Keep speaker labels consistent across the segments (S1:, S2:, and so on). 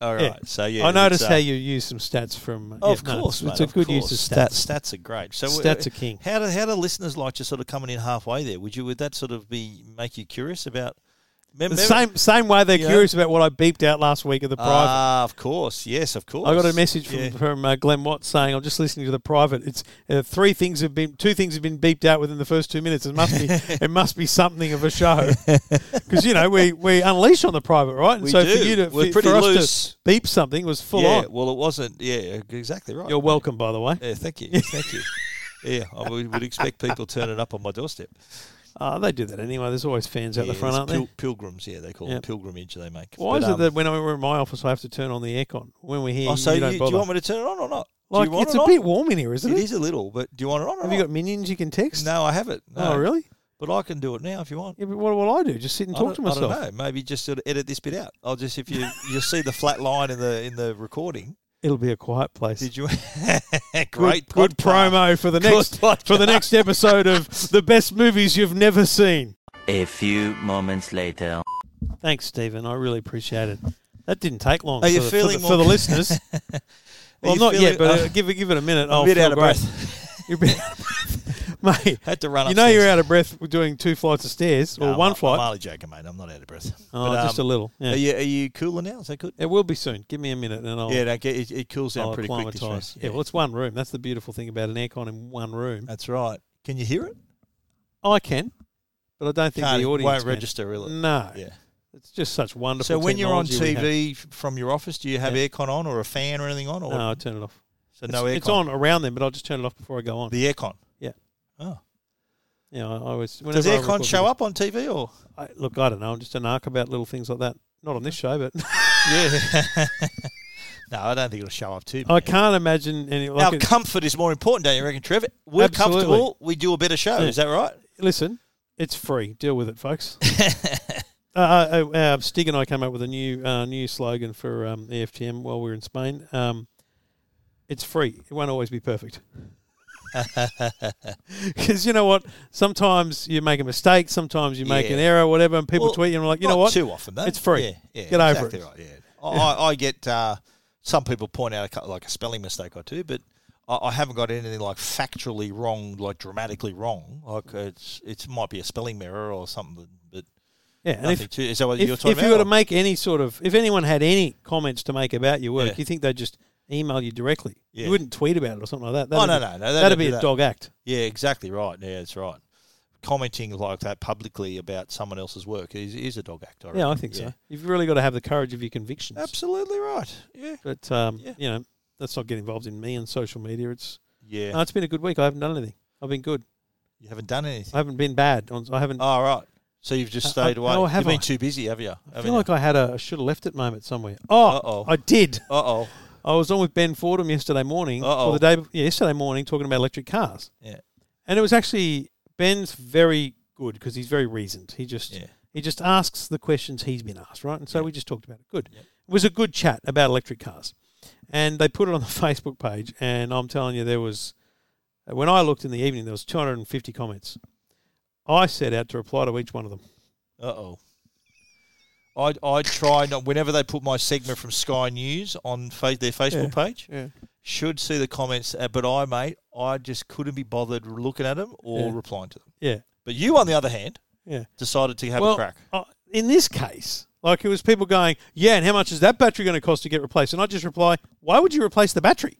S1: All right.
S2: Yeah.
S1: So yeah,
S2: I noticed
S1: it's, uh,
S2: how you used some stats from.
S1: Oh,
S2: yeah,
S1: of
S2: no,
S1: course,
S2: it's,
S1: mate,
S2: it's a
S1: of
S2: good
S1: course.
S2: use of stats.
S1: Stats are great. So we-
S2: Stats are king.
S1: How do how do listeners like you sort of coming in halfway there? Would you would that sort of be make you curious about?
S2: The
S1: Remember,
S2: same same way they're
S1: Yeah.
S2: curious about what I beeped out last week at the private.
S1: Ah, of course. Yes, of course.
S2: I got a message from
S1: Yeah.
S2: from uh, Glenn Watts saying I'm just listening to the private. It's uh, three things have been two things have been beeped out within the first two minutes. It must be it must be something of a show because you know we we unleash on the private right. And
S1: We
S2: so
S1: do.
S2: for you to
S1: We're
S2: for,
S1: pretty
S2: for us
S1: loose.
S2: to beep something was full
S1: yeah,
S2: on.
S1: well, it wasn't. Yeah, exactly right.
S2: You're
S1: mate.
S2: welcome, by the way.
S1: Yeah, thank you. Thank you. Yeah, I would, would expect people turning up on my doorstep.
S2: Oh, they do that anyway. There's always fans out
S1: yeah,
S2: the front,
S1: it's
S2: aren't
S1: pil-
S2: there?
S1: Pilgrims, yeah, they call
S2: Yeah.
S1: them pilgrimage they make.
S2: Why
S1: But,
S2: is it
S1: um,
S2: that when we're in my office, I have to turn on the aircon? When we're here,
S1: Oh, so
S2: you
S1: you,
S2: don't
S1: do
S2: bother.
S1: you want me to turn it on or not? Do
S2: like
S1: you want
S2: it's
S1: it
S2: a
S1: on?
S2: bit warm in here, isn't it?
S1: It is a little, but do you want it on or
S2: Have
S1: not?
S2: you got minions you can text?
S1: No, I haven't. No.
S2: Oh, really?
S1: But I can do it now if you want.
S2: Yeah, but what will I do? Just sit and
S1: I
S2: talk to
S1: don't-
S2: myself.
S1: I don't know. Maybe just sort of edit this bit out. I'll just if you you see the flat line in the in the recording.
S2: It'll be a quiet place.
S1: Did you?
S2: good,
S1: Great, podcast.
S2: good promo for the
S1: Good
S2: next for the
S1: podcast.
S2: next episode of the best movies you've never seen.
S3: A few moments later.
S2: Thanks, Stephen. I really appreciate it. That didn't take long.
S1: Are
S2: for
S1: you
S2: the,
S1: feeling more-
S2: for the, for the listeners? well,
S1: you
S2: not yet,
S1: feeling-
S2: but uh,
S1: I'm-
S2: give it give it a minute.
S1: I'm
S2: I'll
S1: a bit
S2: feel
S1: out of
S2: great.
S1: breath.
S2: You're a bit out of breath. mate.
S1: Had to run.
S2: You know you're
S1: upstairs.
S2: out of breath doing two flights of stairs or
S1: No,
S2: one
S1: I'm,
S2: flight.
S1: I'm only joking, mate. I'm not out of breath.
S2: oh,
S1: But,
S2: just a
S1: um,
S2: little. Yeah.
S1: Are you are you cooler now? Is that good?
S2: it will be soon. Give me a minute, and I'll.
S1: Yeah, no, it, it cools down
S2: I'll
S1: pretty quick. This room.
S2: Oh, acclimatise. Yeah, well, it's one room. That's the beautiful thing about an aircon in one room.
S1: that's right. Can you hear it?
S2: I can, but I don't think
S1: Can't-
S2: the
S1: it
S2: audience
S1: won't
S2: can.
S1: register, really.
S2: No,
S1: Yeah.
S2: it's just such wonderful.
S1: So when you're on
S2: technology we have.
S1: TV f- from your office, do you have
S2: Yeah.
S1: aircon on or a fan or anything on? Or
S2: no, I turn it off.
S1: so no aircon.
S2: it's, it's on around them, but I'll just turn it off before I go on.
S1: the aircon.
S2: Yeah.
S1: Oh.
S2: yeah, I, I always.
S1: Does
S2: whenever I
S1: aircon
S2: record
S1: show
S2: videos-
S1: up on TV or?
S2: I, look, I don't know. I'm just a narc about little things like that. Not on this show, but
S1: Yeah. no, I don't think it'll show up too.
S2: I
S1: much.
S2: can't imagine any.
S1: Our
S2: Like, it-
S1: comfort is more important, don't you reckon, Trevor? We're
S2: Absolutely.
S1: comfortable. We do a better show.
S2: Yeah.
S1: Is that right?
S2: listen, it's free. Deal with it, folks. Uh, uh, uh, uh, Stig and I came up with a new uh, new slogan for um, EFTM while we were in Spain. Um, it's free. It won't always be perfect. Because you know what? Sometimes you make a mistake. Sometimes you make
S1: Yeah.
S2: an error, whatever, and people
S1: Well,
S2: tweet you and are like, you
S1: Not
S2: know what?
S1: Too often though.
S2: It's free.
S1: Yeah, yeah,
S2: Get over
S1: exactly
S2: it.
S1: Right, yeah. I, I, I get uh, some people point out a, cou- like a spelling mistake or two, but I, I haven't got anything like factually wrong, like dramatically wrong. Like uh, it's it might be a spelling error or something, but
S2: Yeah, and
S1: nothing
S2: if,
S1: too. Is that what
S2: if,
S1: you're talking
S2: if
S1: about?
S2: you were to
S1: or-
S2: make any sort of, if anyone had any comments to make about your work,
S1: Yeah.
S2: you think they'd just email you directly.
S1: Yeah.
S2: You wouldn't tweet about it or something like that.
S1: Oh, no,
S2: That'd
S1: no, no.
S2: be-
S1: they don't
S2: That'd be
S1: do
S2: a
S1: that.
S2: dog act.
S1: Yeah, exactly right. Yeah, that's right. Commenting like that publicly about someone else's work is, is a dog act. I
S2: Yeah, I
S1: reckon.
S2: think
S1: Yeah.
S2: so. You've really got to have the courage of your convictions.
S1: Absolutely right. Yeah.
S2: But um,
S1: Yeah.
S2: you know, let's not get involved in me and social media. It's
S1: Yeah.
S2: no, it's been a good week. I haven't done anything. I've been good.
S1: you haven't done anything.
S2: I haven't been bad. on- I haven't.
S1: oh, right. So you've just
S2: um, Uh,
S1: stayed
S2: uh,
S1: away.
S2: oh, have
S1: You've been
S2: I?
S1: too busy, have you?
S2: I feel like I had a should have left it moment somewhere. Oh,
S1: Uh-oh.
S2: I did.
S1: Uh oh.
S2: I was on with Ben Fordham yesterday morning,
S1: Uh-oh.
S2: or the day bef- yeah, yesterday morning, talking about electric cars.
S1: Yeah.
S2: And it was actually Ben's very good because he's very reasoned. He just
S1: Yeah.
S2: he just asks the questions he's been asked, right? And so we just talked about it. Good.
S1: Yeah.
S2: It was a good chat about electric cars, and they put it on the Facebook page. And I'm telling you, there was when I looked in the evening, there was 250 comments. I set out to reply to each one of them.
S1: Uh oh. I I try not. Whenever they put my segment from Sky News on fa- their Facebook page,
S2: Yeah.
S1: should see the comments. Uh, but I, mate, I just couldn't be bothered looking at them or
S2: Yeah.
S1: replying to them.
S2: Yeah.
S1: But you, on the other hand,
S2: Yeah.
S1: decided to have a crack.
S2: uh, in this case, like it was people going, "Yeah, and how much is that battery going to cost to get replaced?" And I just reply, "Why would you replace the battery?"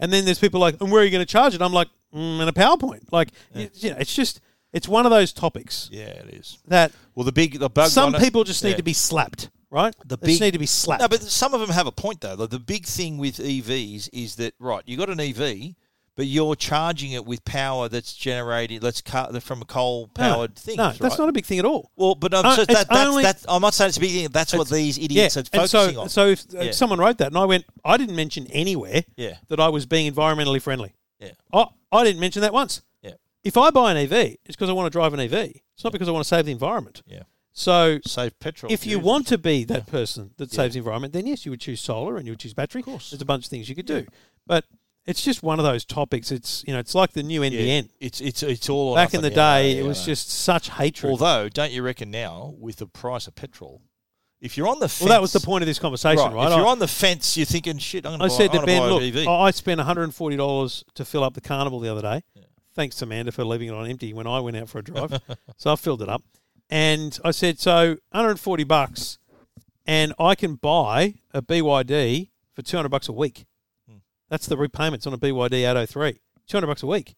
S2: And then there's people like, "And where are you going to charge it?" I'm like, mm, "In a PowerPoint." Like, you, you know, it's just it's one of those topics
S1: Yeah, it is.
S2: that
S1: Well, the big the bug. on
S2: some
S1: it-
S2: people just need
S1: yeah.
S2: to be slapped, right?
S1: The
S2: they just
S1: big-
S2: need to be slapped.
S1: No, but some of them have a point though. The, the big thing with EVs is that right, you got an EV, but you're charging it with power that's generated. Let's car, from a coal powered thing.
S2: No, that's not a big thing at all.
S1: Well, but no,
S2: Uh,
S1: so
S2: it's
S1: that, that's,
S2: only-
S1: that's, I'm not saying it's a big thing. That's what these idiots are
S2: and
S1: focusing
S2: so,
S1: on.
S2: so if,
S1: Yeah.
S2: if someone wrote that and I went, I didn't mention anywhere
S1: Yeah.
S2: that I was being environmentally friendly.
S1: yeah,
S2: I, I didn't mention that once.
S1: yeah,
S2: If I buy an EV, it's because I want to drive an EV. It's not because I want to save the environment.
S1: yeah.
S2: So
S1: Save petrol.
S2: if you
S1: dude.
S2: want to be that person that saves the environment, then yes, you would choose solar and you would choose battery. Of course. There's a bunch of things you could do. But it's just one of those topics. It's you know, it's like the new
S1: yeah,
S2: NBN.
S1: it's it's it's all or
S2: Back in the
S1: nothing, yeah,
S2: day,
S1: yeah,
S2: it
S1: I
S2: was
S1: know.
S2: just such hatred.
S1: Although, don't you reckon now with the price of petrol, if you're on the fence,
S2: Well, that was the point of this conversation, right?
S1: Right, If
S2: I-
S1: you're on the fence, you're thinking, shit, I'm going to
S2: I
S1: buy,
S2: said
S1: I'm
S2: to
S1: gonna
S2: Ben,
S1: buy
S2: look, Oh,
S1: a VV.
S2: I I spent $140 to fill up the carnival the other day. Thanks, Amanda, for leaving it on empty when I went out for a drive. so I filled it up. And I said, so 140 bucks, and I can buy a BYD for 200 bucks a week.
S1: Hmm.
S2: That's the repayments on a BYD 803. 200 bucks a week.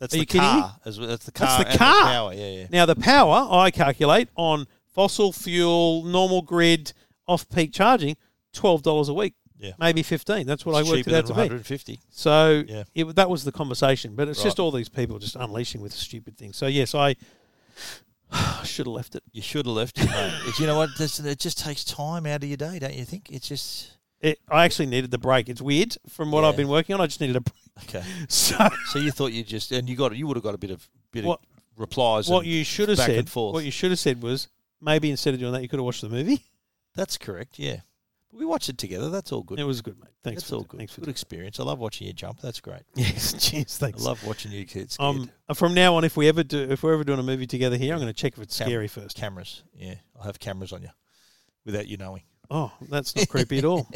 S1: that's
S2: are
S1: the
S2: you kidding me?
S1: car. As well, that's the
S2: That's
S1: car.
S2: the
S1: and
S2: car.
S1: power. Yeah, yeah.
S2: Now, the power I calculate on fossil fuel, normal grid, off peak charging, $12 a week.
S1: Yeah.
S2: Maybe 15 That's what
S1: It's
S2: I worked
S1: cheaper
S2: it out
S1: than
S2: to be.
S1: 150.
S2: So
S1: Yeah.
S2: it, that was the conversation, but it's just
S1: Right.
S2: all these people just unleashing with stupid things. So yes, I should have left it.
S1: You should have left. it, mate. But you know what? This, it just takes time out of your day, don't you think? It's just
S2: it. I actually needed the break. It's weird from what I've
S1: Yeah.
S2: been working on. I just needed a break.
S1: okay.
S2: So
S1: So you thought you just and you got you would have got a bit of bit
S2: What-
S1: of replies.
S2: what
S1: and
S2: you should have
S1: back
S2: said,
S1: and forth.
S2: what you should have said was maybe instead of doing that, you could have watched the movie.
S1: that's correct. Yeah, we watched it together. That's all good.
S2: It was good, mate. Thanks.
S1: that's
S2: for
S1: all
S2: that.
S1: good.
S2: Thanks for
S1: good
S2: that.
S1: experience. I love watching you jump. That's great.
S2: Yes, cheers.
S1: I
S2: Thanks.
S1: love watching you kids. Kid.
S2: Um, from now on, if we ever do, if we're ever doing a movie together here, I'm going to check if it's
S1: Cam-
S2: scary first.
S1: cameras. Yeah, I'll have cameras on you without you knowing.
S2: Oh, that's not creepy at all.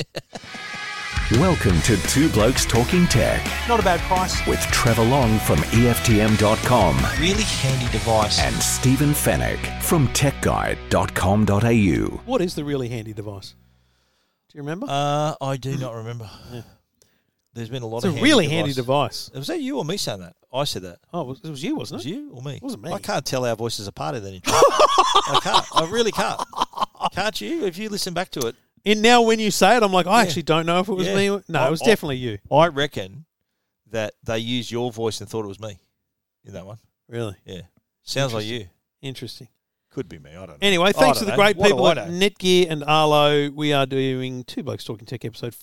S4: Welcome to Two Blokes Talking Tech
S1: Not a bad price.
S4: with Trevor Long from E EFTM.com
S1: Really handy device.
S4: and Stephen Fennec from TechGuide.com.au.
S2: What is the really handy device? Do you remember?
S1: uh, I do not remember. There's been a lot
S2: it's a
S1: of
S2: really handy device.
S1: Was that you or me saying that? I said that.
S2: Oh, it was, it was you,
S1: It
S2: wasn't
S1: was
S2: it?
S1: you or me?
S2: wasn't me.
S1: I can't tell our voices apart in any. I can't. I really can't. Can't you? If you listen back to it,
S2: And now when you say it, I'm like, I actually don't know if it was
S1: Yeah. Oh,
S2: me. or- No,
S1: I-
S2: it was
S1: I-
S2: definitely you.
S1: I reckon that they used your voice and thought it was me in that one.
S2: Really
S1: Yeah, sounds like you.
S2: interesting.
S1: Could be me. I don't know.
S2: Anyway,
S1: I
S2: thanks to
S1: don't
S2: the
S1: know.
S2: great
S1: eh? What do
S2: people
S1: I
S2: at
S1: know?
S2: Netgear and Arlo, we are doing Two Blokes Talking Tech episode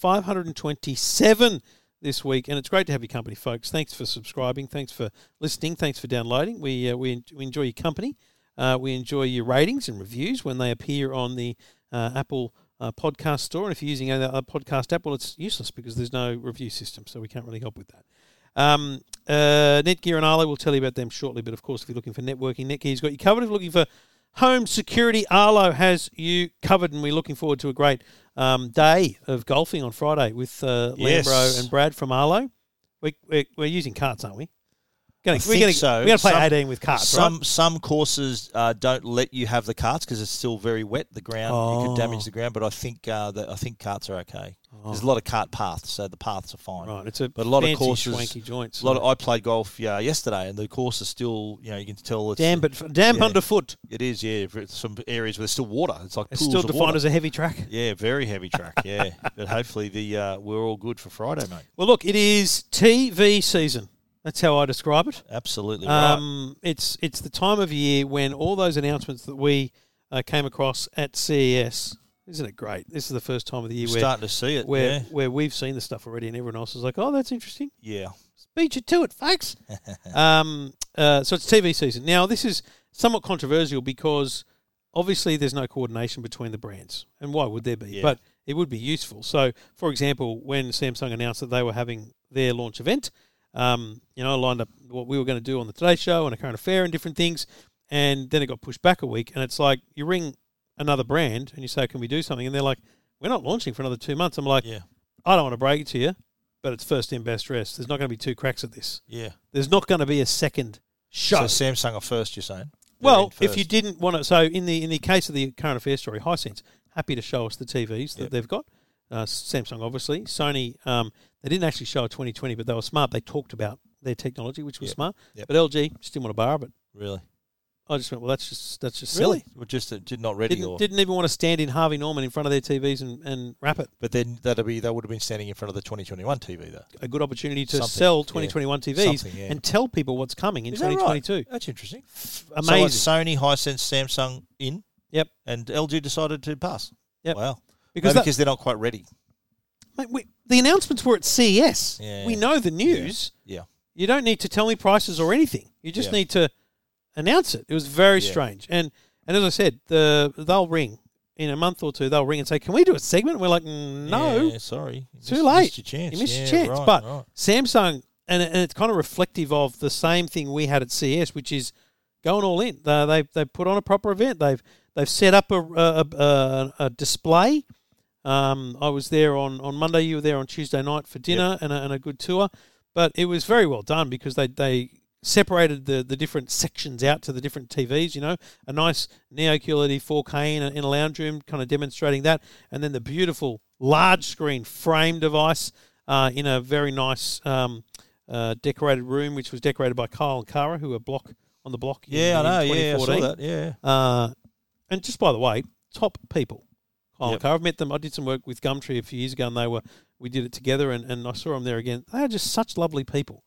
S2: 527 this week, and it's great to have your company, folks. Thanks for subscribing. Thanks for listening. Thanks for downloading. We uh, we, en- we enjoy your company. Uh, we enjoy your ratings and reviews when they appear on the uh, Apple uh, podcast store. And if you're using a, a podcast app, well, it's useless because there's no review system, so we can't really help with that. Um, uh, Netgear and Arlo, we'll tell you about them shortly. But of course, if you're looking for networking, Netgear's got you covered. If you're looking for home security, Arlo has you covered. And we're looking forward to a great um, day of golfing on Friday with uh,
S1: Yes.
S2: Lambro and Brad from Arlo. We, we're, we're using carts, aren't we? Gonna,
S1: I
S2: we're
S1: think
S2: going
S1: so.
S2: we're gonna play
S1: Some-
S2: 18 with carts,
S1: some
S2: Ah, right?
S1: some courses uh, don't let you have the carts because it's still very wet. The ground you could damage
S2: Oh.
S1: the ground, but I think uh, that I think carts are okay. There's a lot of cart paths, so the paths are fine.
S2: Right, it's a
S1: but a lot
S2: fancy,
S1: of courses,
S2: swanky joints.
S1: A lot of, I played golf yeah, yesterday, and the course is still you know you can tell it's
S2: damp, but, damp
S1: Yeah.
S2: underfoot.
S1: It is yeah. for Some areas where there's still water. It's like
S2: It's
S1: pools
S2: still
S1: of
S2: defined
S1: water.
S2: as a heavy track.
S1: yeah, very heavy track. Yeah, but hopefully the uh, we're all good for Friday, mate.
S2: Well, look, it is TV season. That's how I describe it.
S1: Absolutely right.
S2: Um, it's it's the time of year when all those announcements that we uh, came across at CES, isn't it great? This is the first time of the year
S1: You're
S2: where
S1: starting to see it.
S2: where
S1: yeah.
S2: where we've seen the stuff already, and everyone else is like, "Oh, that's interesting."
S1: yeah.
S2: Beat you to it, folks. um, uh, so it's TV season now. This is somewhat controversial because obviously there's no coordination between the brands, and why would there be?
S1: Yeah.
S2: But it would be useful. So, for example, when Samsung announced that they were having their launch event, um, you know, I lined up what we were going to do on the Today Show and a current affair and different things, and then it got pushed back a week. And it's like you ring another brand and you say, "Can we do something?" And they're like, "We're not launching for another two months." I'm like,
S1: Yeah.
S2: I don't want to break it to you, but it's first in best dress. There's not going to be two cracks at this.
S1: Yeah.
S2: There's not going to be a second show.
S1: So Samsung are first. You're saying? They're
S2: well,
S1: in
S2: if you
S1: first.
S2: didn't want to, so in the in the case of the current affairs story, Hisense happy to show us the TVs that
S1: Yep.
S2: they've got. Uh, Samsung, obviously, Sony. Um, they didn't actually show a 2020, but they were smart. They talked about their technology, which was
S1: Yep.
S2: smart.
S1: Yep.
S2: But LG just didn't want to borrow it.
S1: really
S2: I just went, well, that's just that's just
S1: really
S2: silly.
S1: Well, just that did not ready
S2: Didn't,
S1: or
S2: didn't even want to stand in Harvey Norman in front of their TVs and, and wrap it.
S1: but then that'd be they would have been standing in front of the 2021 TV though.
S2: A good opportunity to
S1: Something,
S2: sell
S1: yeah.
S2: 2021 TVs
S1: Something, yeah.
S2: and tell people what's coming in
S1: Is that
S2: 2022.
S1: right? That's interesting.
S2: Amazing.
S1: So it's Sony, Hisense, Samsung in.
S2: Yep.
S1: And LG decided to pass.
S2: Yep.
S1: Wow.
S2: Because
S1: Because,
S2: that-
S1: because they're not quite ready.
S2: Mate, we, the announcements were at CES.
S1: Yeah.
S2: We know the news.
S1: Yeah.
S2: You don't need to tell me prices or anything. You just
S1: Yeah.
S2: need to announce it. It was very
S1: Yeah.
S2: strange. And and as I said, the they'll ring in a month or two. They'll ring and say, "Can we do a segment?" And we're like, "Mm, "No,
S1: Yeah, sorry. You
S2: too
S1: missed-
S2: late.
S1: Missed your chance.
S2: You missed your
S1: Yeah,
S2: chance."
S1: right,
S2: but
S1: right.
S2: Samsung, and, and it's kind of reflective of the same thing we had at CES, which is going all in. They they they put on a proper event. They've They've set up a, a, a, a display. Um, I was there on, on Monday. You were there on Tuesday night for dinner and, a, and a good tour. But it was very well done because they, they separated the, the different sections out to the different TVs. You know, a nice Neo QLED 4K in a, in a lounge room, kind of demonstrating that, and then the beautiful large screen frame device uh, in a very nice um, uh, decorated room, which was decorated by Kyle and Cara, who were block on the block. in-
S1: Yeah, I
S2: in
S1: know. Yeah, I
S2: 2014.
S1: saw that. Yeah.
S2: Uh, and just by the way, top people. Kyle
S1: Yep.
S2: Carr. I've met them. I did some work with Gumtree a few years ago, and they were we did it together, and, and I saw them there again. They are just such lovely people.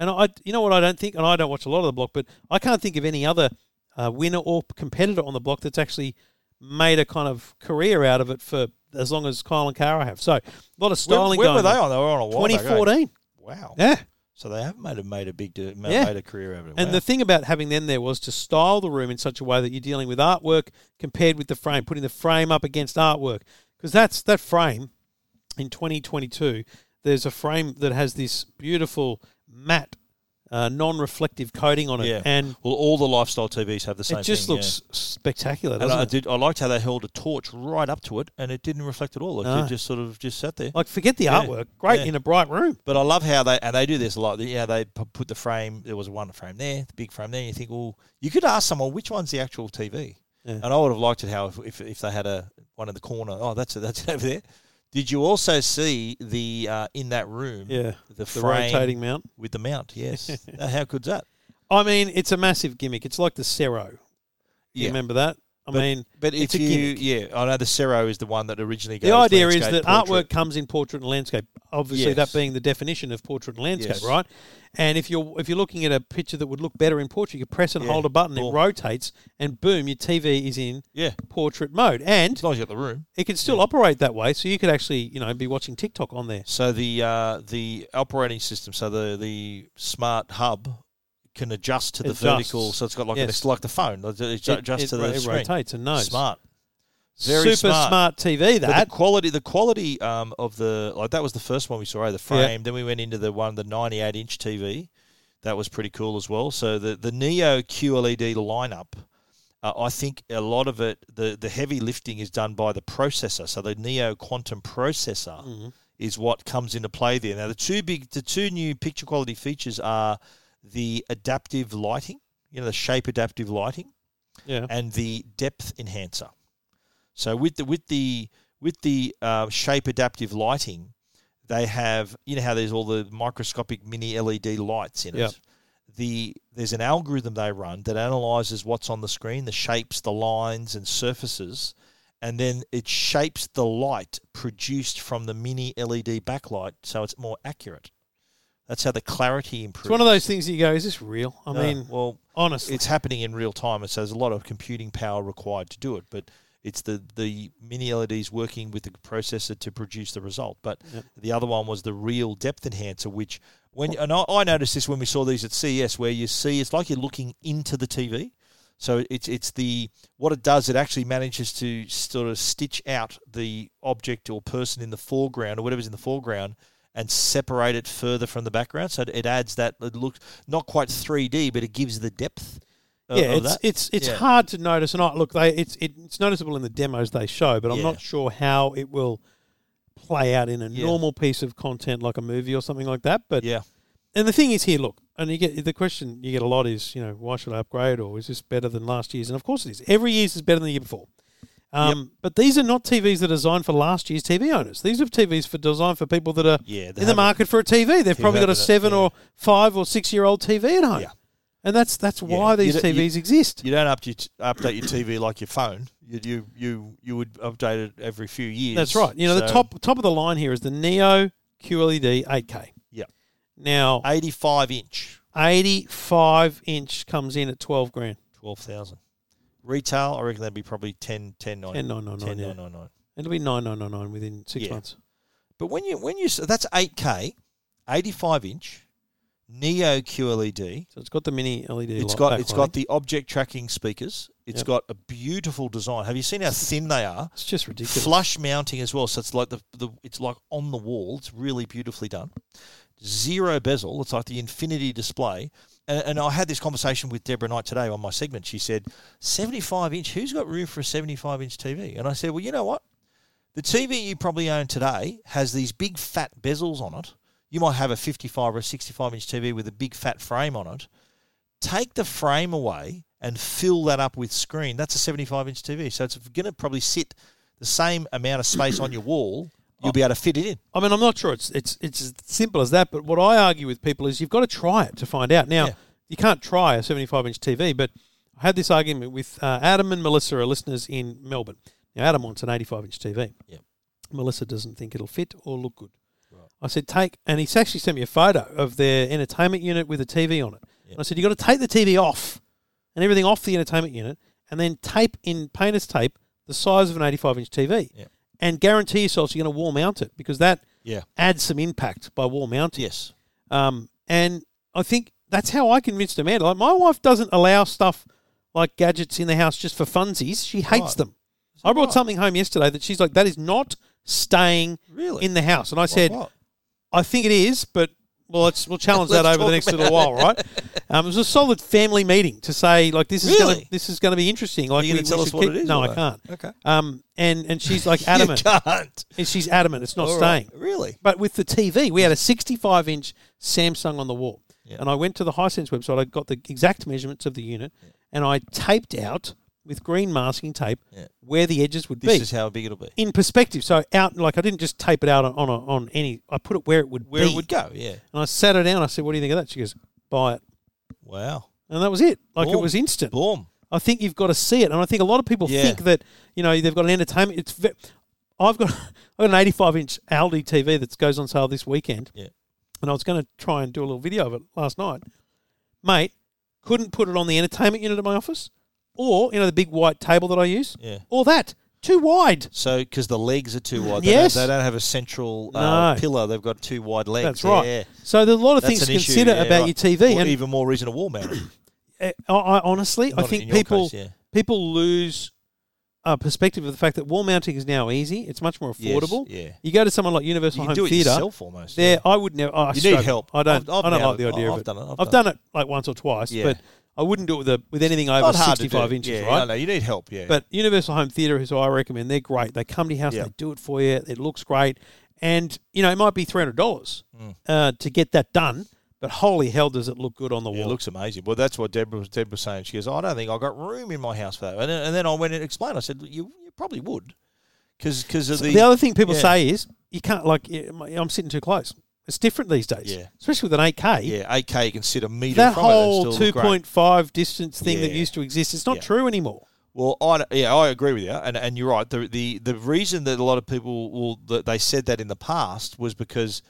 S2: And I, you know what, I don't think, and I don't watch a lot of the block, but I can't think of any other uh, winner or competitor on the block that's actually made a kind of career out of it for as long as Kyle and Cara have. So a lot of
S1: When,
S2: styling
S1: when
S2: going.
S1: were they
S2: on.
S1: on? They were on a while back, eh?
S2: 2014.
S1: Wow.
S2: Yeah.
S1: So they have made a made a big do, ma-
S2: Yeah.
S1: made a career out of it.
S2: And
S1: Wow.
S2: the thing about having them there was to style the room in such a way that you're dealing with artwork compared with the frame, putting the frame up against artwork. Because that's that frame in 2022. There's a frame that has this beautiful matte, uh, non-reflective coating on it,
S1: yeah.
S2: and
S1: well, all the lifestyle TVs have the same.
S2: it just
S1: thing, yeah.
S2: looks spectacular,
S1: And
S2: doesn't
S1: I
S2: it?
S1: did. I liked how they held a torch right up to it, and it didn't reflect at all. Like
S2: No.
S1: It just sort of just sat there.
S2: Like, forget the
S1: Yeah.
S2: artwork. Great
S1: Yeah.
S2: in a bright room.
S1: But I love how they and they do this a lot. Yeah, they p- put the frame. There was one frame there, the big frame there. And you think, well, you could ask someone which one's the actual TV.
S2: Yeah.
S1: And I would have liked it how if, if, if they had a one in the corner. Oh, that's it. That's it over there. Did you also see the uh, in that room?
S2: Yeah.
S1: the
S2: The
S1: frame
S2: rotating mount.
S1: with the mount. Yes. Uh, how good's that?
S2: I mean, it's a massive gimmick. It's like the Cero. You
S1: Yeah.
S2: remember that? I
S1: But-
S2: mean,
S1: But
S2: It's
S1: if
S2: a
S1: you, yeah, I know the Cero is the one that originally.
S2: The
S1: goes
S2: idea is
S1: landscape,
S2: that
S1: portrait.
S2: artwork comes in portrait and landscape. Obviously,
S1: Yes.
S2: that being the definition of portrait and landscape,
S1: Yes.
S2: right? And if you're if you're looking at a picture that would look better in portrait, you press and
S1: Yeah.
S2: hold a button,
S1: Boom.
S2: it rotates, and boom, your TV is in
S1: Yeah,
S2: portrait mode, and
S1: as long as you got the room.
S2: it can still operate that way. So you could actually, you know, be watching TikTok on there.
S1: So the uh, the operating system, so the the smart hub can adjust to the
S2: Adjusts.
S1: vertical. So it's got like an-
S2: Yes.
S1: it's like the phone. It it
S2: It-
S1: adjusts
S2: it,
S1: to
S2: ro-
S1: the
S2: it
S1: screen.
S2: rotates and knows.
S1: Smart, very
S2: super smart, TV
S1: But
S2: that.
S1: the quality, the quality um, of the like that was the first one we saw. eh, The
S2: Yeah.
S1: frame. Then we went into the one the ninety eight inch TV. That was pretty cool as well. So the the Neo QLED lineup. Uh, I think a lot of it, the, the heavy lifting is done by the processor. So the Neo Quantum processor
S2: Mm-hmm.
S1: is what comes into play there. Now the two big, the two new picture quality features are the adaptive lighting, you know, the shape adaptive lighting,
S2: yeah.
S1: and the depth enhancer. So with the with the with the uh, shape adaptive lighting, they have you know how there's all the microscopic mini LED lights in it.
S2: Yep.
S1: The there's an algorithm they run that analyzes what's on the screen, the shapes, the lines, and surfaces, and then it shapes the light produced from the mini LED backlight, so it's more accurate. That's how the clarity improves.
S2: It's one of those things that you go, is this real? I
S1: No,
S2: mean,
S1: well,
S2: honestly,
S1: it's happening in real time, and so there's a lot of computing power required to do it. But it's the the mini LEDs working with the processor to produce the result. But the other one was the real depth enhancer, which when and I, I noticed this when we saw these at CES, where you see it's like you're looking into the TV. So it's it's the what it does. It actually manages to sort of stitch out the object or person in the foreground or whatever's in the foreground and separate it further from the background. So it, it adds that it looks not quite 3D, but it gives the depth. Of,
S2: yeah,
S1: of
S2: it's,
S1: that.
S2: it's it's
S1: Yeah.
S2: hard to notice. And I, look, they it's it, it's noticeable in the demos they show, but I'm
S1: Yeah.
S2: not sure how it will play out in a
S1: Yeah.
S2: normal piece of content like a movie or something like that. But
S1: yeah.
S2: and the thing is here, look, and you get the question you get a lot is you know why should I upgrade or is this better than last year's? And of course it is. Every year's is better than the year before. Um, But these are not TVs that are designed for last year's TV owners. These are TVs for designed for people that are
S1: Yeah, they
S2: in the
S1: haven't-
S2: market for a TV. They've probably got a
S1: haven't,
S2: seven
S1: yeah.
S2: or five or six year old TV at home.
S1: Yeah.
S2: And that's that's
S1: Yeah.
S2: why
S1: You
S2: these
S1: don't- you-
S2: TVs exist.
S1: You don't up your t- update your TV like your phone. You you you, you would update it every few years.
S2: That's right. You know, the
S1: So,
S2: top top of the line here is the Neo E QLED 8K.
S1: Yeah.
S2: Now,
S1: 85 inch,
S2: 85 inch comes in at 12 grand,
S1: 12,000. Retail, I reckon that'd be probably 10, 10, 9,
S2: 10,999, yeah.
S1: 10,999.
S2: It'll be 9999 within six
S1: Yeah.
S2: months.
S1: But when you when you s- that's 8K, 85 inch, Neo QLED.
S2: So it's got the mini LED.
S1: It's
S2: light
S1: got it's
S2: backlighting.
S1: got the object tracking speakers. It's
S2: Yep.
S1: got a beautiful design. Have you seen how thin they are?
S2: It's just ridiculous.
S1: Flush mounting as well, so it's like the, the it's like on the wall. It's really beautifully done. Zero bezel. It's like the infinity display, and, and I had this conversation with Deborah Knight today on my segment. She said, 75 inch, who's got room for a 75 inch TV? And I said, well, you know what? The TV you probably own today has these big fat bezels on it. You might have a 55 or a 65 inch TV with a big fat frame on it. Take the frame away and fill that up with screen. That's a 75 inch TV. So it's going to probably sit the same amount of space on your wall. You'll be able to fit it in.
S2: I mean, I'm not sure it's it's it's as simple as that. But what I argue with people is you've got to try it to find out. Now
S1: Yeah.
S2: you can't try a 75 inch TV, but I had this argument with uh, Adam and Melissa, are listeners in Melbourne. Now Adam wants an 85 inch TV.
S1: Yep.
S2: Melissa doesn't think it'll fit or look good. I said take, and he's actually sent me a photo of their entertainment unit with a TV on it. And I said you have got to take the TV off and everything off the entertainment unit, and then tape in painter's tape the size of an 85 inch TV,
S1: Yep.
S2: and guarantee yourself you're going to wall mount it because that
S1: Yeah.
S2: add some impact by wall mounting.
S1: Yes.
S2: Um, and I think that's how I convinced Amanda. Like my wife doesn't allow stuff like gadgets in the house just for funsies. She hates
S1: Right.
S2: them. I brought
S1: right?
S2: something home yesterday that she's like, that is not staying
S1: Really?
S2: in the house. And I
S1: Like
S2: said,
S1: what?
S2: I think it is, but well, let's, we'll challenge that
S1: Let's
S2: over the
S1: talk
S2: next little while, right? Um, it was a solid family meeting to say like this is gonna
S1: Really?
S2: this is gonna be interesting. Like
S1: Are you
S2: we-
S1: going
S2: we
S1: to tell us
S2: should
S1: what
S2: keep-
S1: it is?
S2: No,
S1: or
S2: I
S1: what?
S2: can't.
S1: Okay.
S2: Um, and and she's like adamant.
S1: You can't.
S2: And she's adamant. It's not
S1: All right.
S2: staying.
S1: Really?
S2: But with the TV, we had a 65 inch Samsung on the wall.
S1: Yeah.
S2: And I went to the Hisense website, I got the exact measurements of the unit, and I taped out with green masking tape
S1: Yeah.
S2: where the edges would
S1: This
S2: be
S1: is how big it'll be.
S2: in perspective. So out, like I didn't just tape it out on, on, a, on any, I put it where it would
S1: Where
S2: be.
S1: it would go, yeah.
S2: and I sat her down, I said, What do you think of that? She goes, Buy it.
S1: Wow.
S2: And that was it. Like it
S1: Boom.
S2: was instant.
S1: Boom.
S2: I think you've got to see it, and I think a lot of people
S1: Yeah.
S2: think that you know they've got an entertainment. It's ve- I've got I've got an 85 inch Aldi TV that goes on sale this weekend.
S1: Yeah.
S2: and I was going to try and do a little video of it last night, mate. Couldn't put it on the entertainment unit at my office, or you know the big white table that I use,
S1: Yeah.
S2: or that too wide.
S1: So, because the legs are too wide. They
S2: Yes.
S1: Don't, they don't have a central uh,
S2: No.
S1: pillar. They've got two wide legs.
S2: That's right.
S1: Yeah.
S2: So there's a lot of
S1: That's
S2: things
S1: an
S2: to
S1: issue,
S2: consider
S1: yeah,
S2: about
S1: right.
S2: your TV,
S1: Or
S2: and
S1: even more reason a wall mount.
S2: I, I honestly, I
S1: Not in
S2: think
S1: your
S2: people
S1: case, yeah.
S2: people lose a perspective of the fact that wall mounting is now easy. It's much more
S1: Yes,
S2: affordable.
S1: yeah.
S2: You go to someone like Universal
S1: You can
S2: Home
S1: do it
S2: Theatre.
S1: yourself almost.
S2: There,
S1: yeah.
S2: I would never. I
S1: You need
S2: struggle.
S1: help.
S2: I don't.
S1: I've- I've
S2: I don't
S1: now-
S2: like the idea
S1: I've
S2: of it.
S1: done it, I've
S2: I've done it like once or twice,
S1: Yeah.
S2: but I wouldn't do it with a, with anything over
S1: Not hard to do.
S2: sixty-five inches,
S1: yeah,
S2: right?
S1: No, no, you need help, yeah.
S2: But Universal Home Theatre is who I recommend. They're great. They come to your house,
S1: Yeah.
S2: they do it for you. It looks great, and you know it might be three hundred dollars
S1: Hmm.
S2: uh, to get that done. But holy hell, does it look good on the
S1: Yeah,
S2: wall?
S1: it looks amazing. Well, that's what Deborah was, Deb was saying. She goes, "Oh, I don't think I got room in my house for that. And then, and then I went and explained. I said, you, you probably would. Because of the,
S2: the, other thing people
S1: yeah.
S2: say is you can't like yeah, my- I'm sitting too close. It's different these days,
S1: Yeah.
S2: especially with an 8K.
S1: Yeah, 8K, you can sit a meter
S2: That
S1: from it
S2: whole
S1: and still look great.
S2: 2.5 distance thing that
S1: Yeah.
S2: used to exist, it's not
S1: Yeah.
S2: true anymore.
S1: Well, I yeah, I agree with you, and and you're right. The the the reason that a lot of people will that they said that in the past was because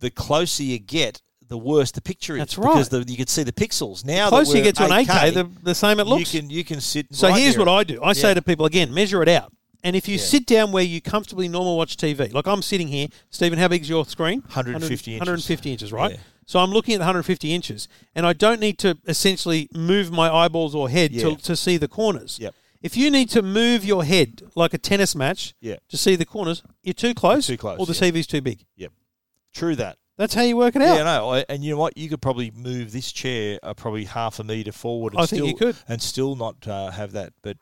S1: the closer you get, the worse the picture is.
S2: That's
S1: Because
S2: right.
S1: the, you can see the pixels now. that
S2: Closer you
S1: we're
S2: get to an 8K, the, the same it looks.
S1: you can you can sit.
S2: so
S1: right
S2: here's
S1: near
S2: what
S1: it.
S2: I do. I say
S1: Yeah.
S2: to people again, measure it out. And if you
S1: Yeah.
S2: sit down where you comfortably normal watch TV, like I'm sitting here, Stephen, how big's your screen?
S1: 150 inches.
S2: 150 inches, right?
S1: Yeah.
S2: So I'm looking at 150 inches, and I don't need to essentially move my eyeballs or head
S1: Yeah.
S2: to, to see the corners.
S1: Yep.
S2: If you need to move your head like a tennis match
S1: Yeah.
S2: to see the corners, you're too close,
S1: You're too close,
S2: or the
S1: yeah.
S2: TV's too big.
S1: Yep, true that.
S2: That's how you work it out.
S1: Yeah, no, I, and you know what? You could probably move this chair uh, probably half a meter forward. And
S2: I think
S1: still,
S2: you could.
S1: and still not uh, have that. But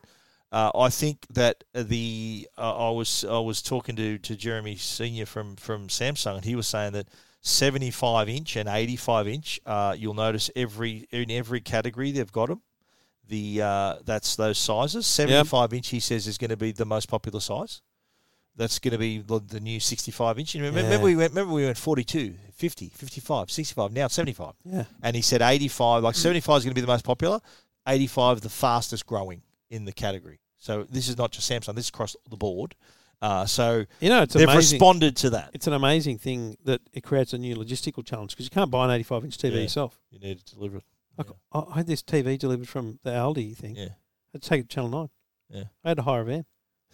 S1: uh, I think that the uh, I was I was talking to, to Jeremy Senior from from Samsung, and he was saying that seventy five inch and eighty five inch, uh, you'll notice every in every category they've got them. The uh, that's those sizes. Seventy five inch, he says, is going to be the most popular size. That's going to be the the new 65 inch. You remember,
S2: Yeah.
S1: remember we went remember we went 42, 50, 55, 65, now it's 75.
S2: Yeah.
S1: And he said 85,
S2: Hmm.
S1: like 75 is going to be the most popular, 85 the fastest growing in the category. So this is not just Samsung, this is across the board. Uh, so
S2: You know, it's
S1: they've
S2: amazing.
S1: responded to that.
S2: it's an amazing thing that it creates a new logistical challenge because you can't buy an 85 inch TV
S1: Yeah.
S2: yourself.
S1: You need to deliver it.
S2: Like, I I had this TV delivered from the Aldi thing.
S1: Yeah.
S2: I had to take it to Channel 9.
S1: Yeah.
S2: I had to hire a van.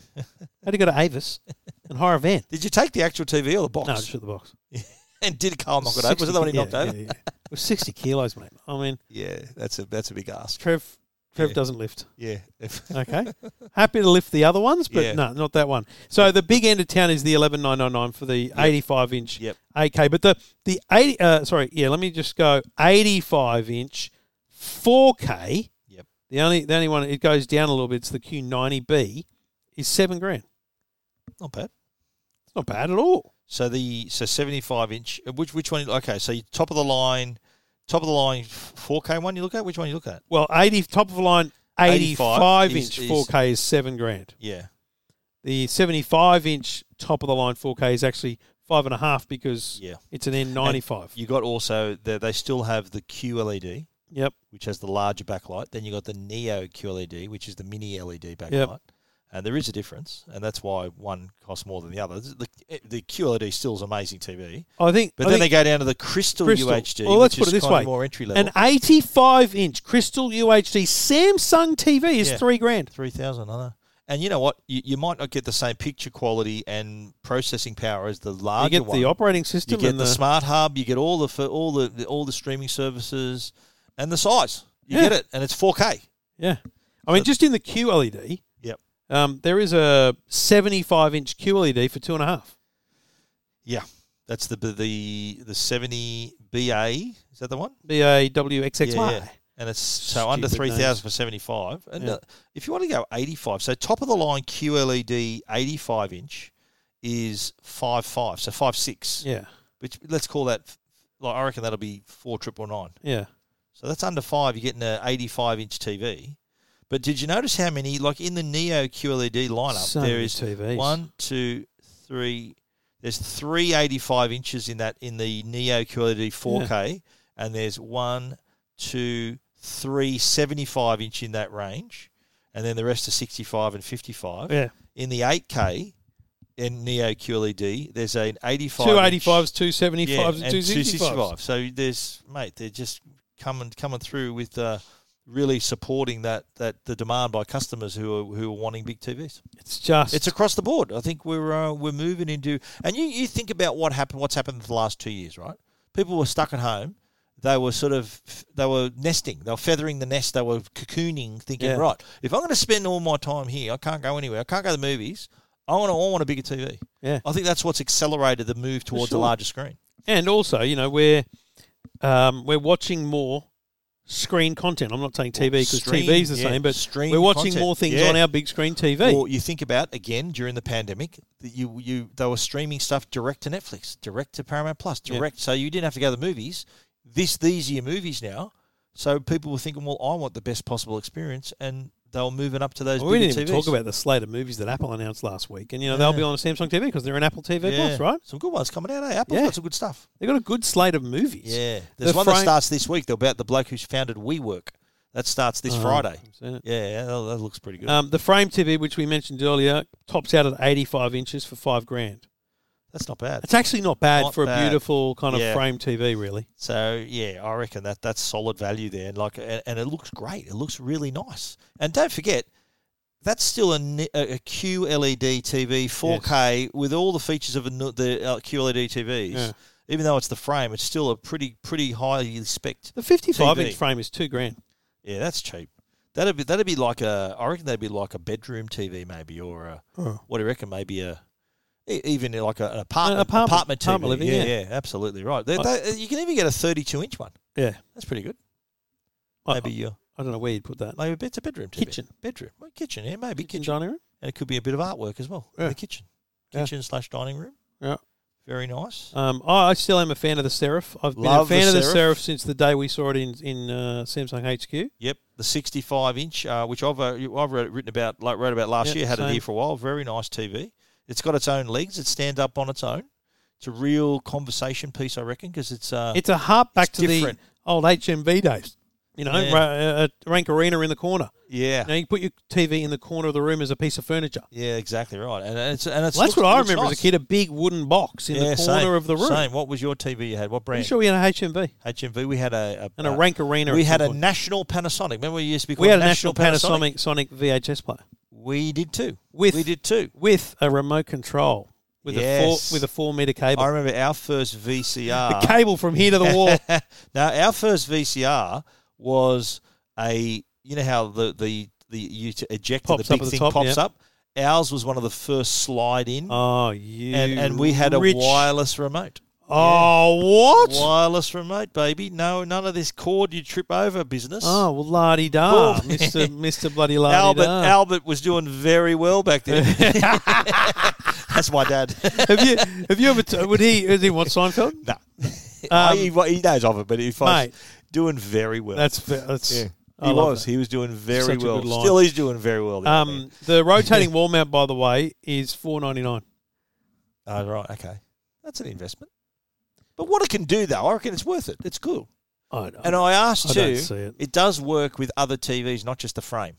S2: I had to go to Avis and hire a van.
S1: Did you take the actual TV or the box?
S2: No, just at the box.
S1: and did Carl knock it Oh over? Was
S2: 60
S1: it the one he
S2: yeah,
S1: knocked over?
S2: yeah, yeah. It was 60 kilos, mate. I mean,
S1: Yeah, that's a that's a big ask.
S2: Trev Trev doesn't lift.
S1: Yeah.
S2: Okay. Happy to lift the other ones, but
S1: Yeah.
S2: no, not that one. So the big end of town is the 11999 for the 85 inch
S1: Yep.
S2: AK. But the, the 80, uh, sorry, yeah, let me just go 85 inch 4K.
S1: Yep.
S2: The only, the only one, it goes down a little bit, it's the Q90B, is seven grand.
S1: Not bad.
S2: It's not bad at all.
S1: So the so seventy five inch. uh, Which which one? Okay, so you top of the line, top of the line four K one. You look at which one you look at.
S2: Well, 80, top of the line, 85,
S1: 85 is-
S2: inch
S1: is-
S2: 4K is seven grand.
S1: Yeah.
S2: The 75 inch top of the line 4K is actually five and a half because
S1: Yeah.
S2: it's an N95.
S1: You got also the, they still have the QLED,
S2: yep.
S1: which has the larger backlight. Then you got the Neo QLED, which is the mini LED backlight. And there is a difference, and that's why one costs more than the other. The, eh, the QLED still is amazing TV,
S2: I think.
S1: but
S2: I
S1: then
S2: think
S1: they go down to the Crystal,
S2: Crystal.
S1: UHD,
S2: Well, let's
S1: which
S2: put it
S1: is
S2: this
S1: kind
S2: way.
S1: of more entry level.
S2: an 85 inch Crystal UHD Samsung TV is
S1: Yeah.
S2: three grand.
S1: Three thousand, I know. And you know what? You, you might not get the same picture quality and processing power as the larger
S2: You get
S1: one.
S2: the operating
S1: you
S2: system
S1: get
S2: and
S1: the,
S2: the,
S1: smart hub. You get all the for all the, the all the streaming services and the size. You
S2: Yeah.
S1: get it, and it's four K.
S2: yeah. I mean, just in the QLED,
S1: Yep.
S2: um, there is a 75 inch QLED for two and a half.
S1: Yeah, that's the the the seventy BA. Is that the one?
S2: B A W X X
S1: Yeah, yeah.
S2: Y.
S1: And it's so under
S2: Stupid
S1: three
S2: names.
S1: thousand for seventy five. And
S2: Yeah.
S1: uh, if you want to go eighty five, so top of the line QLED eighty five inch is five five, so five six.
S2: Yeah,
S1: which let's call that like I reckon that'll be four triple nine.
S2: yeah.
S1: So that's under five. You're getting an 85 inch TV. But did you notice how many like in the Neo QLED lineup
S2: So
S1: there
S2: many
S1: is
S2: TVs.
S1: one, two, three. There's three 85 inches in that in the Neo E QLED 4K, and there's one, two, three 75 inch in that range, and then the rest are 65 and 55.
S2: Yeah.
S1: In the 8K in Neo QLED, there's an 85
S2: Two
S1: inch-
S2: 85s, two 75s, and two 65s.
S1: 265. So there's mate, they're just coming coming through with uh, really supporting that that the demand by customers who are who are wanting big TVs.
S2: It's just.
S1: It's across the board. I think we're uh, we're moving into and you you think about what happened what's happened for the last 2 years, right? People were stuck at home. They were sort of they were nesting. They were feathering the nest. They were cocooning, thinking,
S2: Yeah.
S1: right, if I'm going to spend all my time here, I can't go anywhere. I can't go to the movies. I want to I want a bigger TV.
S2: yeah.
S1: I think that's what's accelerated the move towards
S2: sure.
S1: a larger screen.
S2: And also, you know, we're um, we're watching more screen content. I'm not saying TV because
S1: stream,
S2: TV's the
S1: yeah,
S2: same, but
S1: stream
S2: we're watching
S1: content,
S2: more things
S1: yeah.
S2: on our big screen TV.
S1: Or you think about again during the pandemic, that you you they were streaming stuff direct to Netflix, direct to Paramount Plus,
S2: Yeah.
S1: direct. So you didn't have to go to the movies. This these are your movies now. So people were thinking, well, I want the best possible experience, and they were moving up to those.
S2: Well, we
S1: bigger
S2: didn't even
S1: TVs.
S2: talk about the slate of movies that Apple announced last week, and you know they'll be on a Samsung TV because they're an Apple TV
S1: Yeah.
S2: Plus, right?
S1: Some good ones coming out. eh? Hey, Apple's
S2: Yeah.
S1: got some good stuff.
S2: They've got a good slate of movies.
S1: Yeah, there's
S2: The
S1: one that
S2: frame-
S1: starts this week. They're about the bloke who founded WeWork. That starts this
S2: Oh,
S1: Friday.
S2: I've seen it.
S1: Yeah, yeah, that, that looks pretty good.
S2: Um, the Frame TV, which we mentioned earlier, tops out at 85 inches for five grand.
S1: That's not bad.
S2: It's actually not bad
S1: Not
S2: for a
S1: bad.
S2: beautiful kind of
S1: Yeah.
S2: Frame TV, really.
S1: So yeah, I reckon that that's solid value there, and like, and, and it looks great. It looks really nice. And don't forget, that's still a, ni- a E a QLED TV, 4K, with all the features of a, nu- the uh, QLED TVs.
S2: Yeah.
S1: Even though it's the frame, it's still a pretty pretty highly spec.
S2: The 55
S1: TV.
S2: inch frame is two grand.
S1: Yeah, that's cheap. That'd be that'd be like a. I reckon that'd be like a bedroom TV maybe, or a, what do you reckon? Maybe a. e- Even like a, an apartment,
S2: apartment-
S1: apartment, TV.
S2: apartment living,
S1: yeah,
S2: yeah.
S1: yeah, absolutely right. They,
S2: I-
S1: they, you can even get a 32 inch one.
S2: Yeah.
S1: That's pretty good.
S2: I-
S1: Maybe you
S2: I don't know where you'd put that.
S1: Uh, maybe it's a bedroom TV.
S2: uh, Kitchen.
S1: bedroom, well, kitchen. Yeah, maybe kitchen,
S2: Kitchen dining room?
S1: and it could be a bit of artwork as well in
S2: Yeah.
S1: the kitchen,
S2: Yeah.
S1: kitchen slash dining room.
S2: Yeah.
S1: very nice.
S2: Um, I I still am a fan of the Serif. I've been
S1: Love
S2: a
S1: the
S2: fan of the
S1: Serif.
S2: Serif since the day we saw it in in uh, Samsung HQ.
S1: Yep, the sixty-five inch, uh, which I've uh, you- I've wrote- written about, like wrote about last
S2: Yep,
S1: year. Had it
S2: same.
S1: here for a while. Very nice TV. It's got its own legs. It stands up on its own. It's a real conversation piece, I reckon, because it's uh,
S2: It's a harp back to
S1: different.
S2: the old HMV days. You know,
S1: Yeah.
S2: ra- uh, Rank Arena in the corner.
S1: yeah,
S2: You know, you put your TV in the corner of the room as a piece of furniture.
S1: yeah, exactly right. And it's and it's
S2: Well,
S1: looks-
S2: that's what I
S1: looks
S2: remember
S1: nice.
S2: as a kid—a big wooden box in
S1: Yeah,
S2: the corner
S1: same,
S2: of the room.
S1: Same. What was your TV you had? What
S2: Pretty
S1: brand?
S2: sure we had a HMV
S1: HMV. We had a,
S2: and a
S1: uh,
S2: Rank Arena.
S1: We
S2: at
S1: had
S2: some
S1: a
S2: point.
S1: national Panasonic. Remember, we used to be called
S2: we had a national,
S1: Panasonic.
S2: Panasonic Sonic VHS player
S1: We did too.
S2: With-
S1: we did too.
S2: with a remote control with a
S1: Yes.
S2: four with a four meter
S1: I
S2: cable.
S1: remember our first
S2: The
S1: VCR.
S2: cable from here to the wall.
S1: now our first VCR was a you know how the the the you to eject and
S2: Pops
S1: the
S2: up
S1: big
S2: at the
S1: thing
S2: top,
S1: pops
S2: yeah.
S1: up. Ours was one of the first slide in,
S2: Oh, you
S1: and and we had a
S2: rich-
S1: wireless remote.
S2: Oh, what?
S1: Wireless remote, baby. No, none of this cord you trip over business.
S2: Oh, well, lardy da,
S1: Oh,
S2: Mister Mister Bloody lardy
S1: Albert
S2: da.
S1: Albert was doing very well back then. That's my dad.
S2: have you have you ever? T- would he? Does he watch Seinfeld?
S1: no. I- he, he knows of it, but if I was
S2: Um, mate.
S1: doing very well.
S2: That's fair. that's.
S1: Yeah.
S2: I
S1: he
S2: love
S1: was.
S2: that.
S1: He was doing very
S2: Such a
S1: well.
S2: good line.
S1: Still, he's doing very well. the old man.
S2: Um, the rotating wall mount, by the way, is four ninety nine.
S1: Oh, right. Okay. That's an investment. But what it can do, though, I reckon it's worth it. It's cool.
S2: I know.
S1: And I asked
S2: I
S1: too,
S2: don't see it.
S1: does work with other TVs, not just the frame.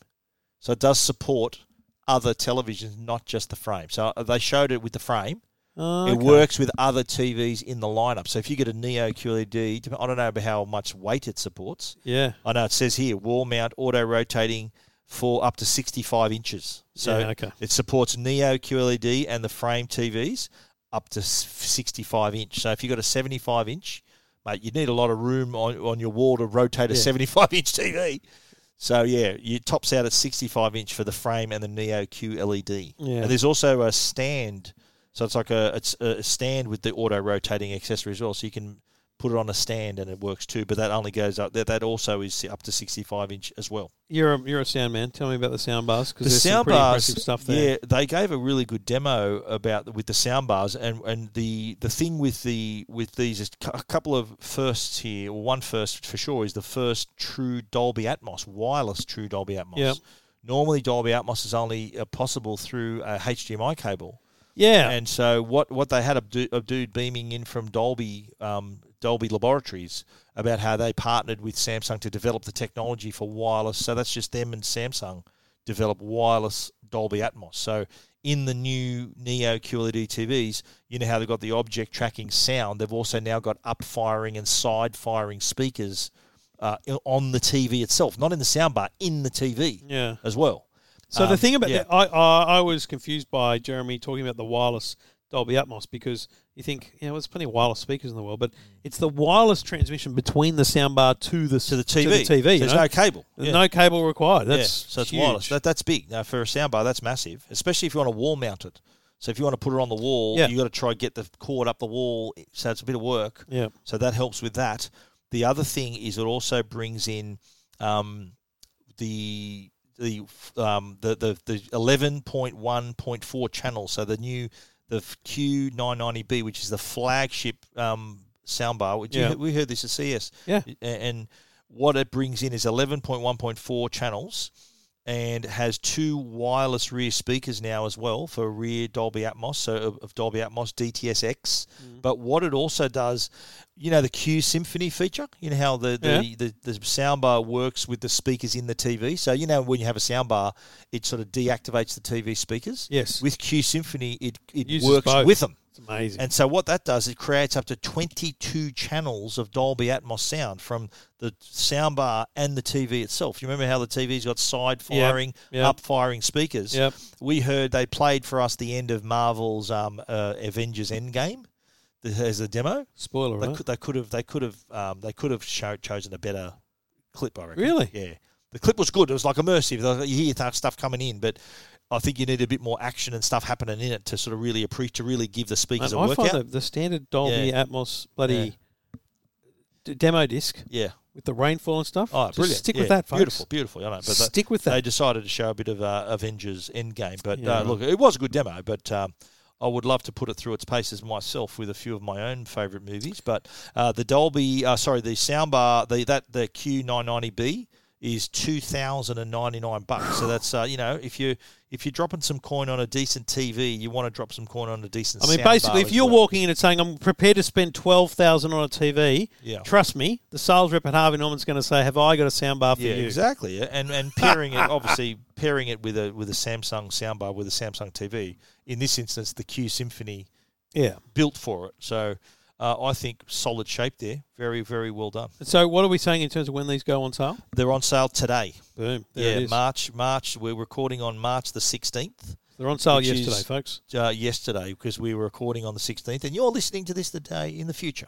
S1: So it does support other televisions, not just the frame. So uh, they showed it with the frame.
S2: Oh,
S1: It
S2: okay.
S1: works with other TVs in the lineup. So if you get a Neo QLED, I don't know about how much weight it supports.
S2: Yeah.
S1: I know it says here wall mount auto rotating for up to 65 inches. So
S2: Yeah, okay.
S1: it supports Neo QLED and the frame TVs up to s- 65 inch. So if you've got a 75 inch, mate, you need a lot of room on, on your wall to rotate a
S2: Yeah.
S1: 75 inch TV. So yeah, it tops out at 65 inch for the frame and the Neo QLED.
S2: Yeah.
S1: And there's also a stand. So it's like a it's a stand with the auto rotating accessory as well. So you can put it on a stand and it works too. But that only goes up that that also is up to 65 inch as well.
S2: You're a, you're a sound man. Tell me about the sound bars because
S1: The
S2: there's some
S1: sound
S2: pretty
S1: bars,
S2: impressive stuff there.
S1: yeah, they gave a really good demo about the, with the sound bars and and the the thing with the with these is cou- a couple of firsts here. Well, one first for sure is the first true Dolby Atmos wireless true Dolby Atmos.
S2: Yep.
S1: Normally, Dolby Atmos is only uh, possible through a HDMI cable.
S2: Yeah.
S1: And so what, what they had a, du- a dude beaming in from Dolby um, Dolby Laboratories about how they partnered with Samsung to develop the technology for wireless. So that's just them and Samsung develop wireless Dolby Atmos. So in the new Neo E QLED TVs, you know how they've got the object tracking sound. They've also now got up firing and side firing speakers uh, on the TV itself, not in the soundbar, in the TV
S2: Yeah.
S1: as well.
S2: So the
S1: Um,
S2: thing about
S1: yeah.
S2: that, I, I I was confused by Jeremy talking about the wireless Dolby Atmos because you think you know there's plenty of wireless speakers in the world, but it's the wireless transmission between the soundbar to the
S1: Mm. to the TV,
S2: To the TV, you
S1: there's
S2: know?
S1: no cable. Yeah.
S2: no cable required. That's
S1: yeah, so it's
S2: huge.
S1: wireless. That, that's big. Now for a soundbar, that's massive, especially if you want to wall mount it. So if you want to put it on the wall,
S2: Yeah.
S1: you got to try and get the cord up the wall. So it's a bit of work.
S2: yeah.
S1: So that helps with that. The other thing is it also brings in um, the the um, the the the eleven point one point four channel. So the new the Q nine ninety B, which is the flagship um, soundbar. Which you-
S2: Yeah.
S1: we heard this at CS.
S2: Yeah.
S1: A- and what it brings in is eleven point one point four channels. And has two wireless rear speakers now as well for rear Dolby Atmos, so of, of Dolby Atmos DTSX.
S2: Mm.
S1: But what it also does, you know, the Q Symphony feature, you know how the the, the, the soundbar works with the speakers in the TV. So you know when you have a soundbar, it sort of deactivates the TV speakers.
S2: Yes.
S1: With Q Symphony, it it
S2: Uses
S1: works
S2: both.
S1: with them.
S2: It's amazing.
S1: And so what that does, it creates up to 22 channels of Dolby Atmos sound from the soundbar and the TV itself. You remember how the TV's got side
S2: Yeah,
S1: firing,
S2: yeah.
S1: up firing speakers?
S2: Yep.
S1: We heard they played for us the end of Marvel's um, uh, Avengers Endgame the- as a demo.
S2: Spoiler
S1: They
S2: alert.
S1: could, they could have, they could have, um, they could have cho- chosen a better clip. I reckon.
S2: Really?
S1: Yeah. The clip was good. It was like immersive. Like, You hear th- stuff coming in, but I think you need a bit more action and stuff happening in it to sort of really appreciate, to really give the speakers
S2: Mate,
S1: a
S2: I find
S1: workout.
S2: the, the standard Dolby
S1: Yeah.
S2: Atmos bloody d- demo disc
S1: yeah.
S2: with the rainfall and stuff.
S1: Oh,
S2: Just
S1: brilliant.
S2: Stick
S1: Yeah,
S2: with that, folks.
S1: Beautiful, beautiful. I know, but they-
S2: Stick with
S1: They
S2: that.
S1: decided to show a bit of uh, Avengers Endgame, but
S2: Yeah.
S1: uh, look, it was a good demo. But um, I would love to put it through its paces myself with a few of my own favourite movies. But uh, the Dolby, uh, sorry, the soundbar, the that the Q990B is two thousand and ninety nine bucks. so that's uh, you know if you if you're dropping some coin on a decent TV, you want to drop some coin on a decent.
S2: I mean,
S1: soundbar
S2: basically,
S1: as
S2: if you're
S1: well.
S2: walking in and saying, I'm prepared to spend 12000 on a TV,
S1: Yeah.
S2: trust me, the sales rep at Harvey Norman's going to say, Have I got a soundbar for
S1: Yeah,
S2: you?
S1: exactly. And and pairing it obviously pairing it with a with a Samsung soundbar with a Samsung TV. In this instance, the Q Symphony
S2: Yeah.
S1: built for it. So uh, I think solid shape there. Very very well done.
S2: So, what are we saying in terms of when these go on sale?
S1: They're on sale today.
S2: Boom. There it
S1: yeah,
S2: is.
S1: March March. We're recording on March the sixteenth.
S2: They're on sale
S1: which is-
S2: yesterday, folks.
S1: Uh, yesterday, because we were recording on the 16th, and you're listening to this the day in the future.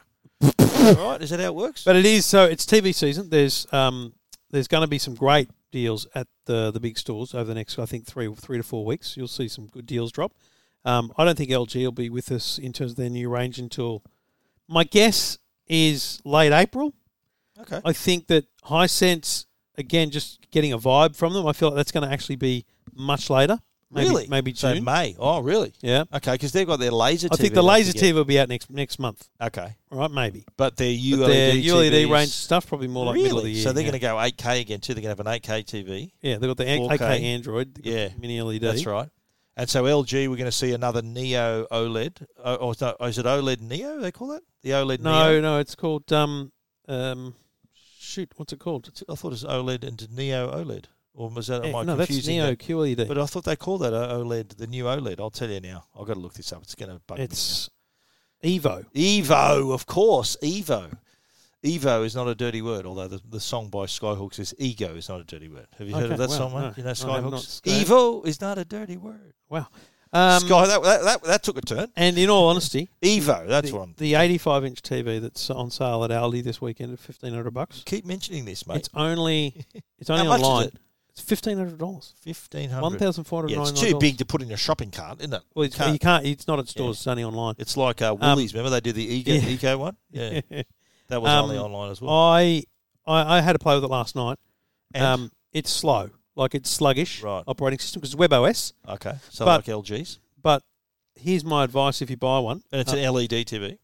S1: All right, is that how it works?
S2: But it is, so it's TV season. There's um, there's going to be some great deals at the the big stores over the next, I think, three three to four weeks. You'll see some good deals drop. Um, I don't think LG will be with us in terms of their new range until my guess is late April.
S1: Okay.
S2: I think that high sense again, just getting a vibe from them. I feel like that's going to actually be much later. Maybe,
S1: really?
S2: Maybe
S1: So
S2: June.
S1: May. Oh, really?
S2: yeah.
S1: Okay, because they've got their laser.
S2: I think the laser TV will be out next next month.
S1: Okay,
S2: All right, maybe.
S1: but their E ULED,
S2: But their ULED
S1: TVs
S2: range stuff probably more like
S1: really?
S2: middle of the year.
S1: So they're
S2: yeah.
S1: going to go 8K again too. They're going to have an 8K TV.
S2: yeah, they've got the
S1: 4K.
S2: AK Android, they've got
S1: Yeah,
S2: the mini E LED.
S1: That's right. And so LG, we're going to see another Neo OLED, O- E or Oh, is that- is it OLED Neo? They call that the OLED
S2: No,
S1: Neo.
S2: no, it's called um, um, shoot, what's it called?
S1: It's- I thought it was OLED and Neo OLED, or was that
S2: Eh,
S1: am I
S2: no, that's
S1: confusing
S2: Neo E
S1: that?
S2: QLED.
S1: But I thought they called that a OLED, the new OLED. I'll tell you now. I've got to look this up. It's going to bug
S2: it's Evo.
S1: me. now. Evo, of course, Evo. Evo is not a dirty word, although the, the song by Skyhooks is ego is not a dirty word. Have you heard
S2: Okay,
S1: of that
S2: well,
S1: song, mate?
S2: no,
S1: You know
S2: I have not.
S1: Skyhooks. Evo is not a dirty word.
S2: Wow. Um,
S1: Sky, that, that, that, that took a turn.
S2: and in all honesty,
S1: Evo, that's
S2: the,
S1: what I'm.
S2: the 85 inch TV that's on sale at Aldi this weekend at 1500 bucks.
S1: Keep mentioning this, mate.
S2: It's only it's
S1: How
S2: only
S1: much is
S2: online.
S1: it?
S2: It's fifteen hundred dollars.
S1: Fifteen hundred.
S2: One thousand four hundred
S1: Yeah,
S2: ninety
S1: it's
S2: nine.
S1: too big to put in a shopping cart, isn't it?
S2: Well, it's,
S1: Can't-
S2: you can't. It's not at stores. It's only online.
S1: It's like uh, Woolies. Remember they did the Eco,
S2: Um, yeah.
S1: Eco one? Yeah, that was
S2: Um,
S1: only online as well.
S2: I, I I had to play with it last night.
S1: And-
S2: Um, it's slow. Like it's sluggish
S1: Right.
S2: operating system because it's WebOS.
S1: okay, so
S2: but-
S1: like LGs,
S2: But here's my advice: if you buy one,
S1: and it's
S2: uh,
S1: an LED TV.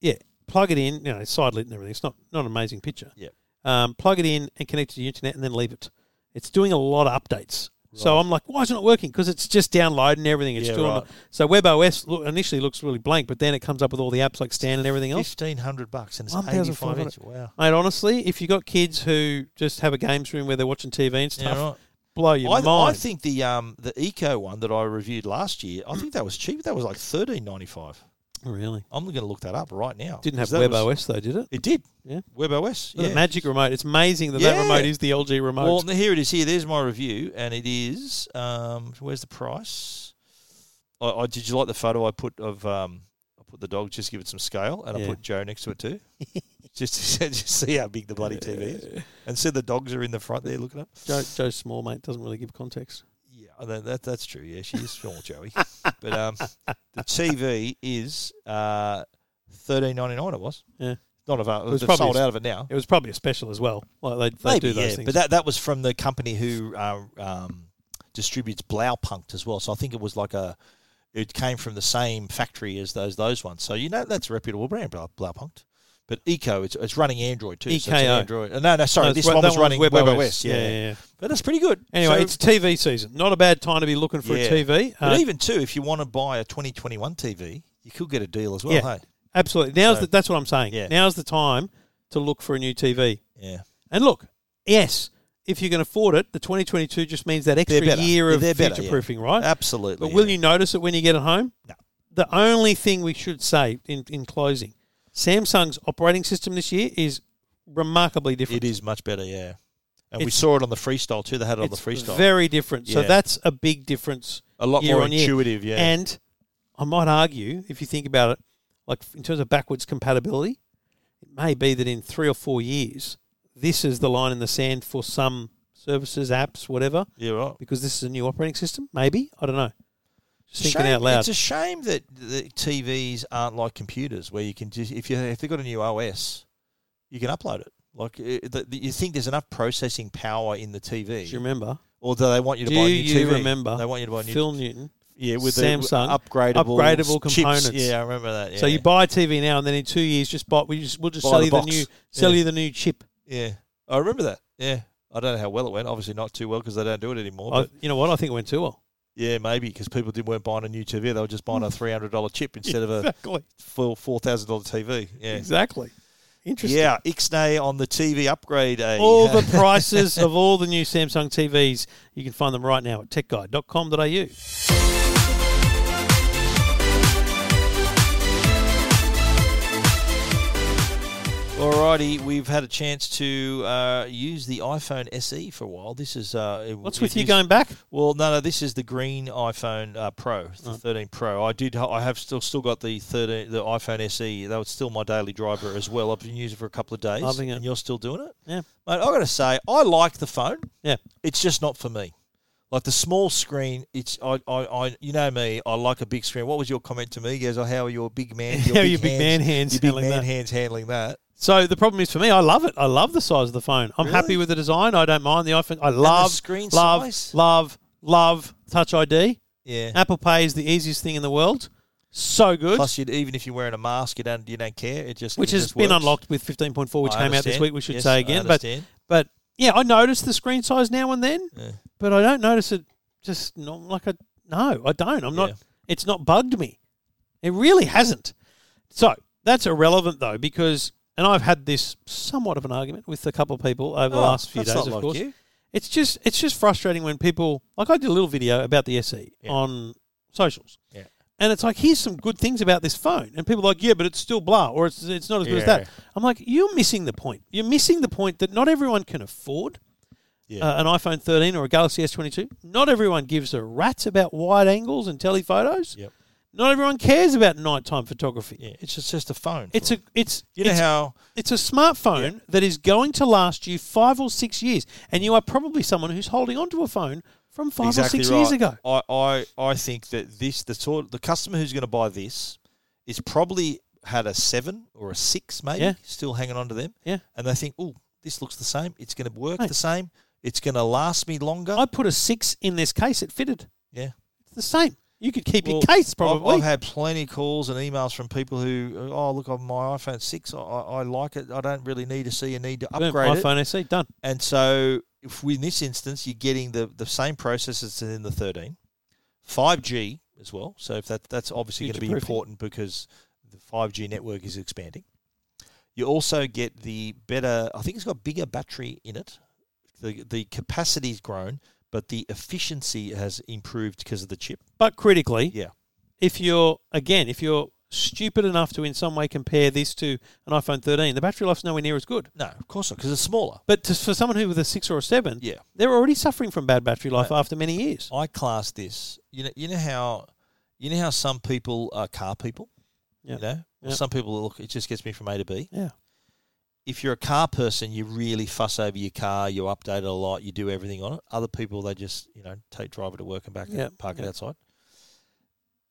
S2: yeah, plug it in. You know, it's side lit and everything. It's not not an amazing picture.
S1: Yep.
S2: Um, plug it in and connect to the internet, and then leave it. It's doing a lot of updates. So I'm like, why is it not working? Because it's just downloading everything. It's
S1: Yeah,
S2: doing
S1: right.
S2: so WebOS look, initially looks really blank, but then it comes up with all the apps like Stan and everything else.
S1: Fifteen hundred bucks, and it's eighty-five
S2: 1,500.
S1: inch. Wow.
S2: Mate, honestly, if you got kids who just have a games room where they're watching TV and stuff,
S1: Yeah, right.
S2: blow your
S1: I, I
S2: mind.
S1: think the um the Eco one that I reviewed last year, I think that was cheap. That was like thirteen ninety-five.
S2: really
S1: I'm going to look that up right now.
S2: didn't have
S1: because that was-
S2: WebOS though, did it?
S1: It did.
S2: Yeah.
S1: WebOS.
S2: The
S1: Yeah.
S2: magic remote. It's amazing that
S1: Yeah.
S2: that remote is the LG remote.
S1: Well, here it is. Here, there's my review, and it is. Um, where's the price? I, I did you like the photo I put of? Um, I put the dog just to give it some scale, and I
S2: Yeah.
S1: put Joe next to it too, just to just see how big the bloody TV is. And so the dogs are in the front there looking up.
S2: Joe, Joe's small, mate. Doesn't really give context.
S1: Yeah, that, that that's true. Yeah, she is small, Joey. But um, the TV is uh, thirteen ninety nine. It was.
S2: Yeah.
S1: Not available.
S2: It was
S1: They've
S2: probably
S1: sold
S2: a-
S1: out of it now.
S2: It was probably a special as well. Like they, they
S1: Maybe,
S2: do those
S1: yeah,
S2: things.
S1: But that, that was from the company who uh, um, distributes Blaupunkt as well. So I think it was like a it came from the same factory as those those ones. So you know that's a reputable brand, Blau- Blaupunkt. But Eco, it's, it's running Android too. So it's an
S2: EKO.
S1: Android. uh, No, no, sorry,
S2: E No,
S1: this
S2: it's-
S1: one
S2: that
S1: was running WebOS. Yeah,
S2: yeah, yeah.
S1: but that's pretty good.
S2: Anyway,
S1: So-
S2: it's TV season. Not a bad time to be looking for
S1: Yeah.
S2: a TV.
S1: but
S2: Uh,
S1: even too, if you want to buy a 2021 TV, you could get a deal as well.
S2: Yeah.
S1: Hey,
S2: absolutely. Now's
S1: So-
S2: the, that's what I'm saying.
S1: Yeah.
S2: Now's the time to look for a new TV.
S1: yeah,
S2: And look, yes, if you can afford it, the 2022 just means that
S1: They're
S2: extra
S1: better.
S2: year of
S1: They're better, yeah.
S2: future proofing, right?
S1: absolutely.
S2: But will
S1: yeah.
S2: you notice it when you get it home?
S1: No.
S2: The only thing we should say in, in closing Samsung's operating system this year is remarkably different.
S1: It is much better. Yeah, and we
S2: It's-
S1: saw it on the freestyle too. They had it on the
S2: It's
S1: freestyle.
S2: Very different. So
S1: Yeah.
S2: that's a big difference.
S1: a lot
S2: year
S1: more
S2: on year.
S1: intuitive. Yeah,
S2: And I might argue, if you think about it, like in terms of backwards compatibility, it may be that in three or four years, this is the line in the sand for some services, apps, whatever,
S1: yeah, right.
S2: because this is a new operating system. Maybe I don't know. Just thinking
S1: Shame-
S2: out loud.
S1: It's a shame that the TVs aren't like computers, where you can just if you if they've got a new OS, you can upload it. Like it, the, you think there's enough processing power in the TV,
S2: Do you remember?
S1: or do they want you to
S2: Do
S1: buy a new
S2: you
S1: TV?
S2: remember?
S1: They want you to buy a new
S2: Phil Newton.
S1: yeah with
S2: Samsung
S1: the upgradable
S2: upgradable
S1: chips.
S2: components.
S1: Yeah, I remember that. Yeah.
S2: So you buy a TV now, and then in two years, just buy. We just we'll just
S1: Buy
S2: sell
S1: the
S2: you the
S1: box.
S2: new sell
S1: Yeah.
S2: you the new chip.
S1: yeah, I remember that. Yeah, I don't know how well it went. Obviously not too well because they don't do it anymore.
S2: I,
S1: but
S2: you know what? I think it went too well.
S1: yeah, maybe because people didn't weren't buying a new TV, they were just buying a three hundred dollar chip instead of a
S2: Exactly.
S1: full four thousand dollar TV. Yeah.
S2: Exactly. Interesting.
S1: Yeah, Ixnay on the TV upgrade. eh?
S2: All the prices of all the new Samsung TVs, you can find them right now at techguide.com.au.
S1: All Alrighty, we've had a chance to uh, use the iPhone SE for a while. This is uh, it-
S2: What's
S1: it
S2: with you
S1: is-
S2: going back?
S1: Well, no, no. This is the green iPhone uh, Pro,
S2: Oh.
S1: the 13 Pro. I did. I have still still got the 13, the iPhone SE. That was still my daily driver as well. I've been using it for a couple of days.
S2: Loving it.
S1: And you're still doing it,
S2: Yeah.
S1: mate. I got to say, I like the phone.
S2: Yeah.
S1: It's just not for me. Like the small screen, it's I, I, I you know me. I like a big screen. What was your comment to me? He goes, "Oh, how are your big man?
S2: How are your big man hands
S1: Your big
S2: handling
S1: man
S2: that?"
S1: hands handling that?
S2: So the problem is for me, I love it. I love the size of the phone. I'm happy with the design. I don't mind the iPhone. I love
S1: screen
S2: love,
S1: size?
S2: love, love Touch ID.
S1: Yeah.
S2: Apple Pay is the easiest thing in the world. So good.
S1: Plus, you'd, even if you're wearing a mask, you don't you don't care. It just
S2: which
S1: it
S2: has
S1: just
S2: been
S1: works.
S2: unlocked with 15.4, which
S1: I
S2: came out this
S1: understand.
S2: week. We should
S1: Yes,
S2: say
S1: I
S2: again, but
S1: understand.
S2: but yeah, I notice the screen size now and then,
S1: Yeah.
S2: but I don't notice it. Just not like I no, I don't. I'm not.
S1: Yeah.
S2: It's not bugged me. It really hasn't. So that's irrelevant though, because and I've had this somewhat of an argument with a couple of people over the
S1: Oh,
S2: last few
S1: that's
S2: days.
S1: not
S2: of
S1: like
S2: course,
S1: you.
S2: it's just it's just frustrating when people like I did a little video about the SE
S1: Yeah.
S2: on socials.
S1: Yeah.
S2: And it's like here's some good things about this phone, and people are like, yeah, but it's still blah, or it's it's not as good as
S1: Yeah.
S2: that. I'm like, you're missing the point. You're missing the point that not everyone can afford
S1: Yeah.
S2: uh, an iPhone 13 or a Galaxy S22. Not everyone gives a rat's about wide angles and telephotos.
S1: Yep.
S2: Not everyone cares about nighttime photography.
S1: Yeah, it's just, just a phone.
S2: It's a it's
S1: you know
S2: it's,
S1: how
S2: it's a smartphone that is going to last you five or six years, and you are probably someone who's holding onto a phone from five or six years ago.
S1: I, I I think that this the sort the customer who's going to buy this is probably had a seven or a six maybe
S2: Yeah.
S1: still hanging on to them.
S2: Yeah.
S1: and they think, oh, this looks the same. It's going to work
S2: Mate.
S1: the same. It's going to last me longer.
S2: I put a six in this case; it fitted.
S1: yeah.
S2: It's the same. You could keep your
S1: Well,
S2: case
S1: I've,
S2: probably.
S1: I've had plenty of calls and emails from people who, oh, look, on my iPhone 6, I, I I like it. I don't really need to see a need to
S2: Boom,
S1: upgrade it.
S2: iPhone SE done.
S1: And so, if we, in this instance, you're getting the, the same process as in the 13, 5G as well. So, if that that's obviously going to be
S2: Future-proofing.
S1: important because the 5G network is expanding. You also get the better, I think it's got bigger battery in it. The, the capacity's grown, but the efficiency has improved because of the chip.
S2: But critically,
S1: Yeah.
S2: if you're again, if you're stupid enough to in some way compare this to an iPhone 13, the battery life's nowhere near as good.
S1: No, of course not, because it's smaller.
S2: But to, for someone who with a six or a seven,
S1: Yeah. Oh.
S2: they're already suffering from bad battery life after many years.
S1: I class this. You know, you know how, you know how some people are car people.
S2: Yeah.
S1: You know, Or
S2: Yeah.
S1: some people look. It just gets me from A to B.
S2: Yeah.
S1: If you're a car person, you really fuss over your car. You update it a lot. You do everything on it. Other people, they just you know take drive it to work and back
S2: Yeah.
S1: and park it
S2: Yeah.
S1: outside.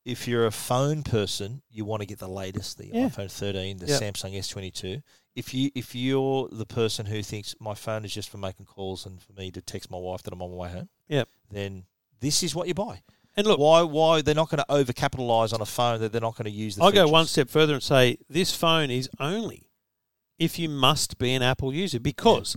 S1: If you're a phone person, you want to get the latest, the
S2: Yeah.
S1: iPhone 13, the
S2: Yeah.
S1: Samsung S22. If you if you're the person who thinks my phone is just for making calls and for me to text my wife that I'm on my way home,
S2: Yeah.
S1: then this is what you buy.
S2: And look,
S1: Why? Why they're not going to overcapitalize on a phone that they're not going to use? The
S2: I'll go
S1: features.
S2: one step further and say this phone is only if you must be an Apple user because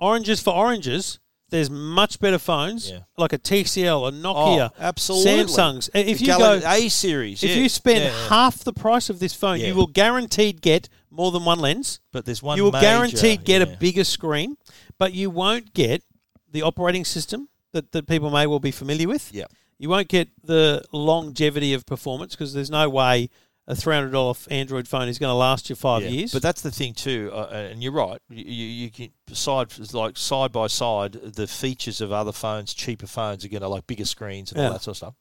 S2: oranges for oranges, there's much better phones
S1: Yeah.
S2: like a TCL, a Nokia,
S1: Oh, absolutely.
S2: Samsungs. I- If
S1: The
S2: you
S1: Galaxy
S2: go,
S1: A series,
S2: if
S1: yeah.
S2: you spend
S1: Yeah, yeah.
S2: half the price of this phone,
S1: Yeah.
S2: you will guaranteed get more than one lens.
S1: but there's one
S2: you will
S1: major-
S2: guaranteed get
S1: yeah.
S2: a bigger screen, but you won't get the operating system that, that people may well be familiar with.
S1: Yeah.
S2: You won't get the longevity of performance because there's no way a $300 Android phone is going to last you five
S1: Yeah.
S2: years.
S1: But that's the thing too, uh, and you're right. You, you, you can side like side by side the features of other phones, cheaper phones are going to like bigger screens and
S2: Yeah.
S1: all that sort of stuff.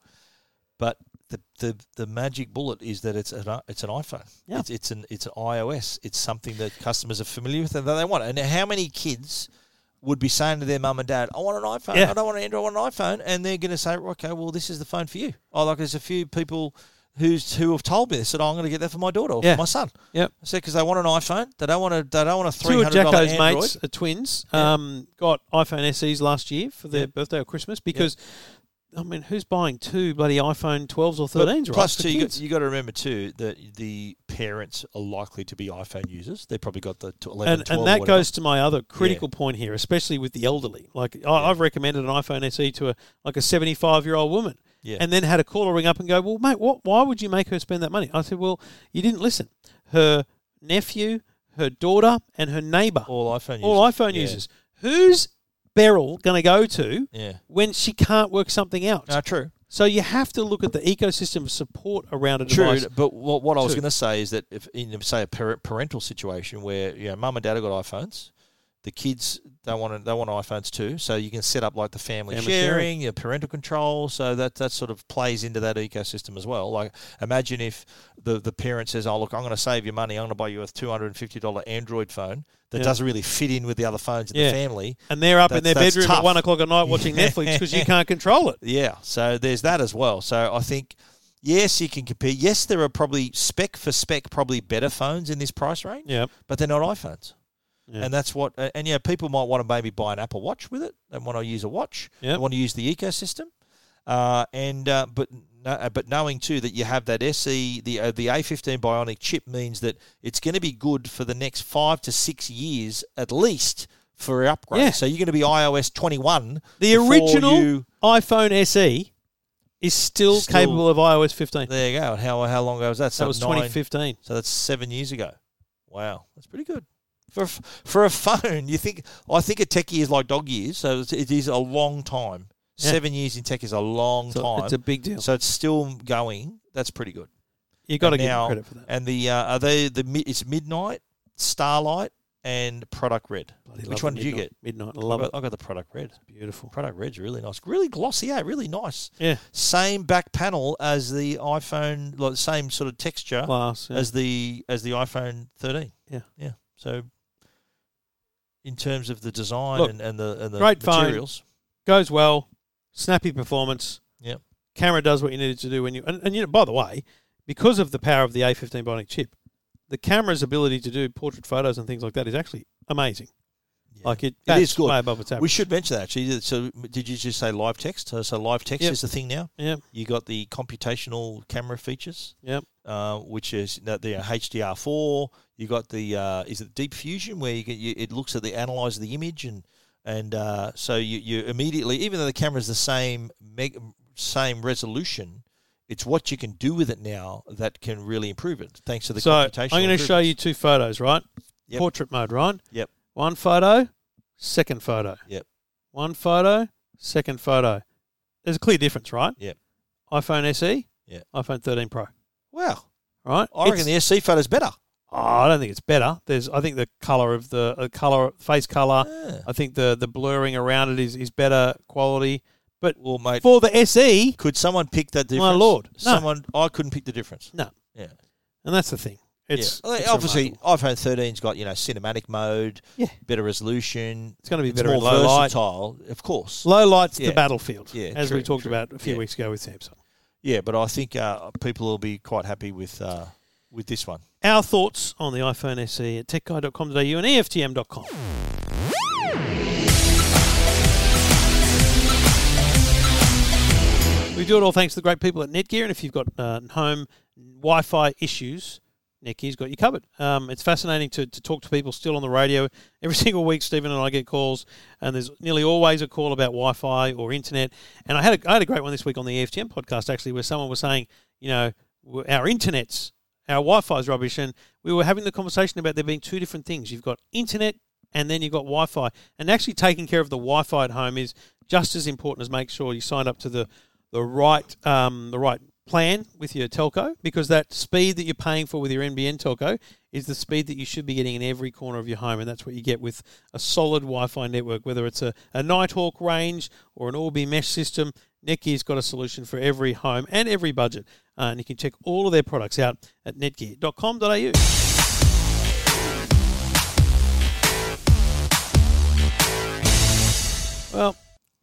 S1: But the, the the magic bullet is that it's an i- it's an iPhone.
S2: Yeah.
S1: It's it's an it's an iOS. It's something that customers are familiar with and that they want. And how many kids would be saying to their mum and dad, "I want an iPhone.
S2: Yeah.
S1: I don't want an Android. I want an iPhone." And they're going to say, "Okay, well, this is the phone for you." Oh, like there's a few people who's who have told me this, said, oh, "I'm going to get that for my daughter or
S2: Yeah.
S1: for my son."
S2: yep.
S1: I said because they want an iPhone. They don't want a. They don't want a
S2: Two
S1: three
S2: of
S1: hundred dollars
S2: Jacko's
S1: Android.
S2: mates are twins. Um, got iPhone SEs last year for their birthday or Christmas because, I mean, who's buying two bloody iPhone 12s or 13s? right,
S1: Plus,
S2: for
S1: too, you got,
S2: kids?
S1: you got to remember too that the parents are likely to be iPhone users. They probably got the t- eleven,
S2: and,
S1: 12
S2: and
S1: or
S2: that
S1: whatever.
S2: goes to my other critical point here, especially with the elderly. Like I, I've recommended an iPhone SE to a like a seventy five year old woman,
S1: Yeah.
S2: and then had a caller ring up and go, "Well, mate, what? Why would you make her spend that money?" I said, "Well, you didn't listen. Her nephew, her daughter, and her neighbour, all,
S1: all iPhone. Users.
S2: iPhone
S1: Yeah.
S2: users. Who's Beryl going to go to
S1: Yeah.
S2: when she can't work something out?"
S1: No, true.
S2: So you have to look at the ecosystem of support around a
S1: True,
S2: device.
S1: but what, what I was
S2: True.
S1: going to say is that if in say a par- parental situation where you know mum and dad have got iPhones, the kids they want they want iPhones too, so you can set up like the family,
S2: Family
S1: sharing,
S2: sharing.
S1: your parental control, so that that sort of plays into that ecosystem as well. Like imagine if the the parent says, "Oh look, I'm going to save you money. I'm going to buy you a two hundred and fifty dollar Android phone that
S2: Yeah.
S1: doesn't really fit in with the other phones in
S2: Yeah.
S1: the family."
S2: And they're up in
S1: That's-
S2: their
S1: that's
S2: bedroom
S1: tough.
S2: at one o'clock at night watching Netflix because you can't control it.
S1: Yeah, so there's that as well. So I think yes, you can compare. Yes, there are probably spec for spec probably better phones in this price range.
S2: Yeah.
S1: but they're not iPhones.
S2: Yeah.
S1: And that's what, and you know, people might want to maybe buy an Apple Watch with it. They want to use a watch. They
S2: Yep.
S1: want to use the ecosystem. Uh, and uh, but no- uh, but knowing too that you have that SE, the uh, the A15 Bionic chip means that it's going to be good for the next five to six years at least for upgrade.
S2: Yeah.
S1: So you're going to be iOS 21.
S2: The
S1: before
S2: original
S1: you-
S2: iPhone SE is still,
S1: Still-
S2: capable of iOS 15.
S1: there you go. How how long ago was that? So
S2: That was
S1: nine-
S2: 2015.
S1: So that's seven years ago. Wow, that's pretty good for a f- for a phone. You think I think a tech year is like dog years, so it's, it is a long time.
S2: Yeah.
S1: Seven years in tech is a long
S2: So
S1: time.
S2: it's a big deal.
S1: so it's still going. That's pretty good.
S2: you got to
S1: And
S2: give
S1: now-
S2: them credit for that.
S1: And the uh, are they the mi- it's midnight, starlight, and product red.
S2: Bloody love
S1: Which
S2: the
S1: one did you
S2: midnight-
S1: get?
S2: Midnight. I
S1: I
S2: love
S1: got,
S2: it.
S1: I got the product red.
S2: Beautiful.
S1: Product red's really nice, really glossy. Yeah, really nice.
S2: Yeah.
S1: Same back panel as the iPhone, like same sort of texture
S2: Class. yeah.
S1: uh, as the as the iPhone 13.
S2: Yeah.
S1: yeah. So, in terms of the design
S2: Look,
S1: and, and the and the
S2: great phone.
S1: materials,
S2: Goes well. Snappy performance.
S1: Yep.
S2: Camera does what you need it to do when you. And, and you know, by the way, because of the power of the A15 Bionic chip, the camera's ability to do portrait photos and things like that is actually amazing.
S1: Yeah.
S2: Like it,
S1: It
S2: that's
S1: is good.
S2: way above its average.
S1: we should mention that actually. So, did you just say live text? So, so live text
S2: Yep.
S1: is the thing now.
S2: Yeah.
S1: You got the computational camera features,
S2: Yep.
S1: uh, which is now the HDR4. You got the uh, is it Deep Fusion where you, get, you it looks at the analyze the image and and uh, so you, you immediately even though the camera is the same meg, same resolution. It's what you can do with it now that can really improve it, thanks to the
S2: so I'm
S1: computational.
S2: going to show you
S1: improvements.
S2: two photos, right?
S1: Yep.
S2: Portrait mode, right?
S1: Yep.
S2: One photo, second photo.
S1: Yep.
S2: One photo, second photo. There's a clear difference, right?
S1: Yep.
S2: iPhone SE.
S1: Yeah.
S2: iPhone 13 Pro.
S1: Wow,
S2: Right.
S1: I reckon
S2: It's-
S1: the SC photo's better.
S2: oh, I don't think it's better. There's. I think the color of the uh, color face color.
S1: Yeah.
S2: I think the the blurring around it is is better quality. But
S1: Well, mate,
S2: for the E, SE,
S1: Could someone pick that difference?
S2: My lord, no.
S1: Someone I couldn't pick the difference.
S2: No.
S1: Yeah.
S2: and that's the thing. It's,
S1: Yeah. Well,
S2: it's
S1: obviously
S2: remarkable.
S1: iPhone 13's got, you know, cinematic mode,
S2: Yeah.
S1: better resolution,
S2: it's going to be
S1: it's
S2: better
S1: more
S2: in low light.
S1: versatile, of course.
S2: Low light's
S1: Yeah.
S2: the battlefield,
S1: Yeah,
S2: as
S1: true,
S2: we talked
S1: true.
S2: about a few
S1: Yeah.
S2: weeks ago with Samsung.
S1: yeah, but I think uh, people will be quite happy with uh, with this one.
S2: Our thoughts on the iPhone SE at techguide.com.au and E EFTM.com. We do it all thanks to the great people at Netgear. And if you've got uh, home Wi Fi issues, Netgear's got you covered. Um, it's fascinating to, to talk to people still on the radio. Every single week, Stephen and I get calls, and there's nearly always a call about Wi Fi or internet. And I had, a, I had a great one this week on the E EFTM podcast, actually, where someone was saying, you know, w- our internet's, our Wi Fi's rubbish. And we were having the conversation about there being two different things you've got internet and then you've got Wi Fi. And actually, taking care of the Wi Fi at home is just as important as make sure you sign up to the the right um, the right plan with your telco because that speed that you're paying for with your NBN telco is the speed that you should be getting in every corner of your home and that's what you get with a solid Wi-Fi network whether it's a, a Nighthawk range or an Orbi mesh system Netgear's got a solution for every home and every budget Uh, and you can check all of their products out at netgear.com.au Well,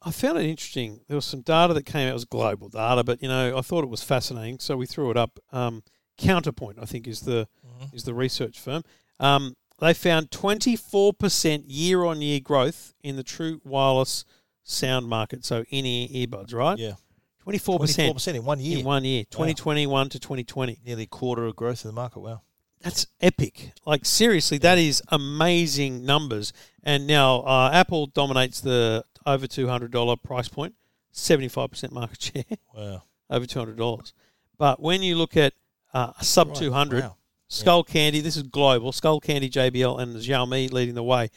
S2: I found it interesting. There was some data that came out. It was global data, but you know, I thought it was fascinating, so we threw it up. Um, Counterpoint, I think, is the
S1: Mm-hmm.
S2: is the research firm. Um, they found twenty four percent year on year growth in the true wireless sound market. So in ear earbuds, right?
S1: Yeah.
S2: twenty
S1: 24
S2: four percent
S1: percent in one year.
S2: in one year, twenty twenty one to twenty twenty.
S1: Nearly a quarter of growth in the market. Wow.
S2: That's epic. Like seriously, that is amazing numbers. And now uh, Apple dominates the over two hundred dollar price point, seventy five percent market share
S1: Wow.
S2: over two hundred dollars. But when you look at uh, a sub
S1: Right.
S2: two hundred,
S1: Wow.
S2: Skull Candy, this is global. Skull Candy, JBL, and Xiaomi leading the way.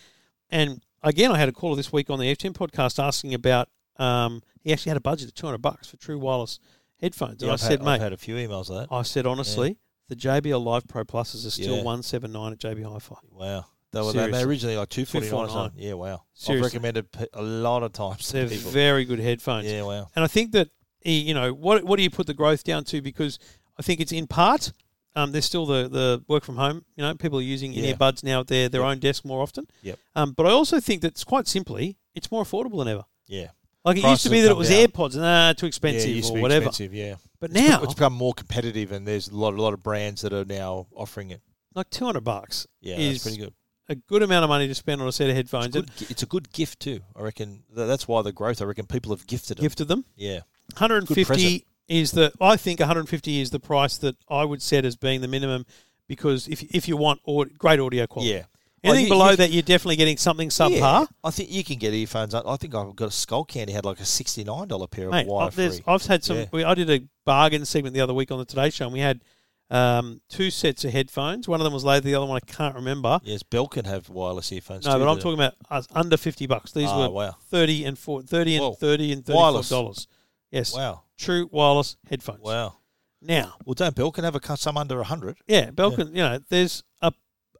S2: And again, I had a caller this week on the FTM podcast asking about um, he actually had a budget of 200 bucks for true wireless headphones. And
S1: Yeah,
S2: I
S1: I've
S2: said,
S1: had,
S2: mate,
S1: I've had a few emails of that.
S2: I said honestly, the JBL Live Pro Pluses are still
S1: Yeah.
S2: 179 at JB Hi-Fi.
S1: Wow. They were they- they
S2: Seriously.
S1: originally like two forty nine or
S2: 249.
S1: something. Yeah, wow.
S2: Seriously.
S1: I've recommended pe- a lot of times to
S2: They're
S1: people.
S2: very good headphones.
S1: yeah, wow.
S2: And I think that eh, you know what what do you put the growth down to? Because I think it's in part um, there's still the the work from home. You know, people are using in
S1: Yeah.
S2: earbuds now at their their own desk more often.
S1: Yep.
S2: Um, but I also think that's quite simply it's more affordable than ever.
S1: Yeah.
S2: Like it used
S1: Prices
S2: to be
S1: have
S2: that it
S1: come
S2: was
S1: down.
S2: AirPods, nah, too expensive
S1: yeah, it used to
S2: or
S1: be
S2: whatever.
S1: expensive, yeah.
S2: But
S1: It's
S2: now,
S1: be- it's become more competitive and there's a lot a lot of brands that are now offering it.
S2: like two hundred bucks
S1: Yeah, that's
S2: is
S1: pretty good.
S2: a good amount of money to spend on a set of
S1: It's,
S2: headphones.
S1: good, gi- it's a good gift too. I reckon Th- that's why the growth. I reckon people have gifted it.
S2: Gifted them.
S1: Yeah,
S2: 150
S1: present.
S2: is the I think 150 is the price that I would set as being the minimum because if if you want au- great audio quality,
S1: yeah.
S2: anything
S1: Like, you-
S2: below
S1: you-
S2: that you're definitely getting something subpar.
S1: Yeah, I think you can get earphones. I I think I've got a skull candy had like a sixty nine dollar pair
S2: Mate,
S1: of
S2: I-
S1: wire
S2: there's- oh
S1: free.
S2: I've had some.
S1: Yeah.
S2: We, I did a bargain segment the other week on the Today Show, and we had um, two sets of headphones. One of them was Laser, the other one I can't remember.
S1: Yes, Bell can have wireless earphones.
S2: No,
S1: too,
S2: but I'm
S1: that-
S2: talking about uh, under 50 bucks. These
S1: Ah,
S2: were
S1: wow.
S2: 30 and four, 30 and
S1: Whoa.
S2: 30 and 34
S1: Wireless.
S2: dollars. Yes,
S1: Wow,
S2: true wireless headphones.
S1: wow.
S2: Now,
S1: Well, don't Bell can have a cu- some under hundred.
S2: Yeah, Belkin. You know, there's a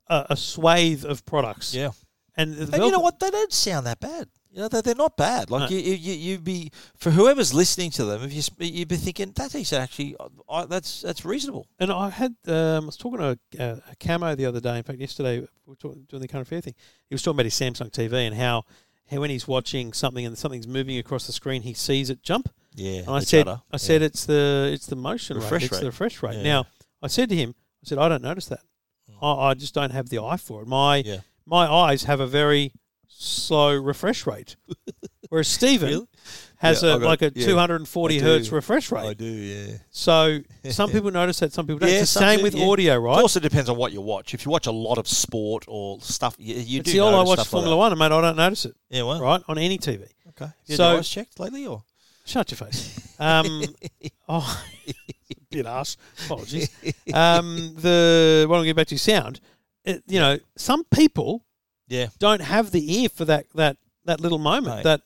S2: a, a swathe of products.
S1: Yeah,
S2: and, the
S1: and you know
S2: Belkin-
S1: what? They don't sound that bad. You know, they're, they're not bad. Like
S2: No.
S1: you, you, you, you'd be for whoever's listening to them. If you, sp- you'd be thinking that is actually I, that's that's reasonable.
S2: And I had um, I was talking to a, a, a camo the other day. In fact, yesterday we were talking, doing the current affair thing. He was talking about his Samsung TV and how, how when he's watching something and something's moving across the screen, he sees it jump.
S1: Yeah,
S2: And I
S1: the
S2: said,
S1: judder.
S2: I said it's the it's the motion
S1: Refresh
S2: rate, it's the
S1: rate.
S2: refresh rate.
S1: Yeah. Mm.
S2: Now I said to him, I said I don't notice that. I, I just don't have the eye for it. My
S1: Yeah.
S2: my eyes have a very slow refresh rate, whereas Stephen
S1: Really?
S2: has
S1: Yeah,
S2: a
S1: I got-
S2: like a
S1: yeah.
S2: 240
S1: I do.
S2: hertz refresh
S1: yeah. I
S2: rate.
S1: do. Yeah.
S2: So some people notice that, some people don't.
S1: Yeah,
S2: it's the
S1: some
S2: same
S1: do,
S2: with
S1: yeah.
S2: audio,
S1: It
S2: right?
S1: also depends on what you watch. If you watch a lot of sport or stuff, you, you
S2: It's
S1: do.
S2: the all I
S1: notice
S2: watch
S1: stuff
S2: Formula
S1: like
S2: One, and mate, I don't notice it,
S1: that. Yeah, well,
S2: right, on any TV.
S1: okay. Have you
S2: So-
S1: had your eyes checked lately, or
S2: Shut your face. Um, oh, bit arse. Apologies. Um, the what I'm getting back to sound. It, you know, some people
S1: yeah?
S2: don't have the ear for that that that little moment.
S1: Mate.
S2: That,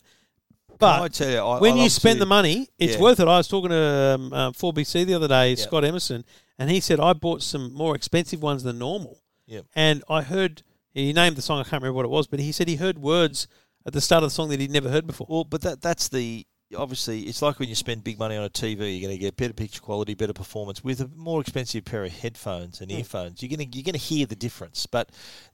S1: I
S2: but
S1: tell you, I,
S2: when
S1: I
S2: you
S1: love
S2: spend
S1: to-
S2: the money, it's
S1: Yeah.
S2: worth it. I was talking to um, uh, 4BC the other day,
S1: Yeah.
S2: Scott Emerson, and he said I bought some more expensive ones than normal.
S1: Yep.
S2: And I heard he named the song. I can't remember what it was, but he said he heard words at the start of the song that he'd never heard before.
S1: Well, but that that's the obviously it's like when you spend big money on a TV, you're going to get better picture quality, better performance with a more expensive pair of headphones and earphones. You're going to you're going to hear the difference, but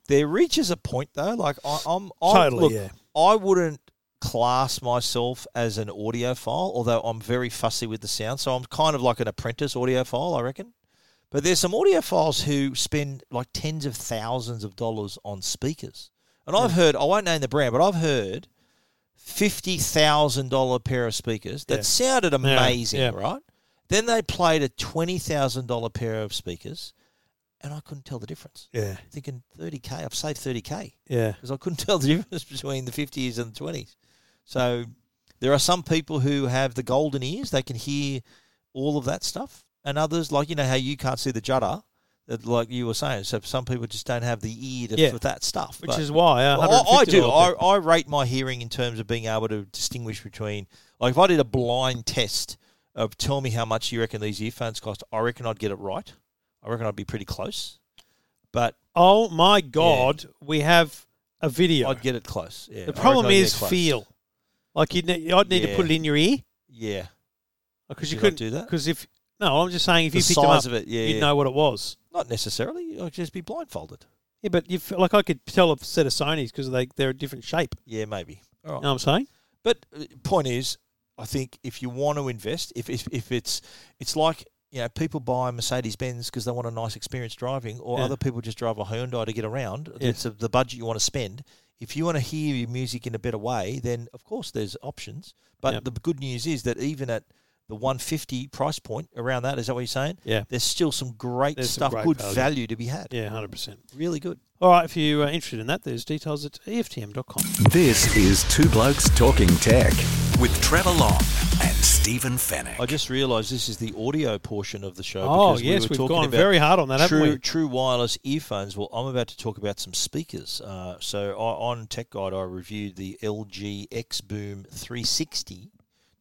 S1: there reaches a point though. Like I, I'm I,
S2: Totally,
S1: Oh, look,
S2: yeah.
S1: I wouldn't class myself as an audiophile, although I'm very fussy with the sound, so I'm kind of like an apprentice audiophile, I reckon. But there's some audiophiles who spend like tens of thousands of dollars on speakers. And
S2: Hmm.
S1: I've heard, I won't name the brand, but I've heard fifty thousand dollar pair of speakers that
S2: Yeah.
S1: sounded amazing,
S2: yeah.
S1: right? Then they played a twenty thousand dollar pair of speakers, and I couldn't tell the difference.
S2: Yeah,
S1: Thinking thirty k, I've saved thirty k
S2: yeah.
S1: because I couldn't tell the difference between the fifties and the twenties. So there are some people who have the golden ears; they can hear all of that stuff, and others, like you know how you can't see the judder, that like you were saying. So some people just don't have the ear to,
S2: Yeah.
S1: for that stuff,
S2: Which
S1: But-
S2: is why uh, a
S1: well, I, I do. I,
S2: $150
S1: I rate my hearing in terms of being able to distinguish between, like, if I did a blind test of tell me how much you reckon these earphones cost, I reckon I'd get it right. I reckon I'd be pretty close, but
S2: Oh my God, we have a video.
S1: I'd get it close. Yeah, I
S2: the
S1: reckon
S2: problem
S1: I'd get
S2: is
S1: close.
S2: feel. Like you'd ne- I'd need to
S1: Yeah.
S2: put it in your ear
S1: Yeah,
S2: because you
S1: Did I
S2: couldn't
S1: do that?
S2: Because if no, I'm just saying if
S1: the
S2: you picked them up,
S1: size of it. Yeah,
S2: you'd
S1: yeah.
S2: know what it was.
S1: not necessarily. I'd just be blindfolded.
S2: Yeah, but you feel, like I could tell a set of Sony's because they they're a different shape.
S1: Yeah, maybe. All right.
S2: You know what I'm saying?
S1: But uh, point is, I think if you want to invest, if if, if it's it's like you know people buy Mercedes Benz because they want a nice experience driving, or
S2: Yeah.
S1: other people just drive a Hyundai to get around.
S2: Yeah.
S1: It's the budget you want to spend. If you want to hear your music in a better way, then of course there's options. But
S2: Yeah.
S1: the good news is that even at the 150 price point around that, is that what you're saying?
S2: Yeah.
S1: There's still some great
S2: There's
S1: stuff,
S2: some great
S1: good
S2: value.
S1: value. to be had.
S2: Yeah, hundred percent.
S1: Really good.
S2: All right, if you're interested in that, there's details at E EFTM.com.
S4: This is Two Blokes Talking Tech with Trevor Long and Stephen Fennec.
S1: I just realised this is the audio portion of the show.
S2: Oh,
S1: because
S2: yes,
S1: we
S2: we
S1: were
S2: have
S1: talking
S2: gone
S1: about
S2: very hard on that, haven't
S1: true,
S2: we?
S1: true wireless earphones. Well, I'm about to talk about some speakers. Uh, so I, on Tech Guide, I reviewed the LG X Boom 360.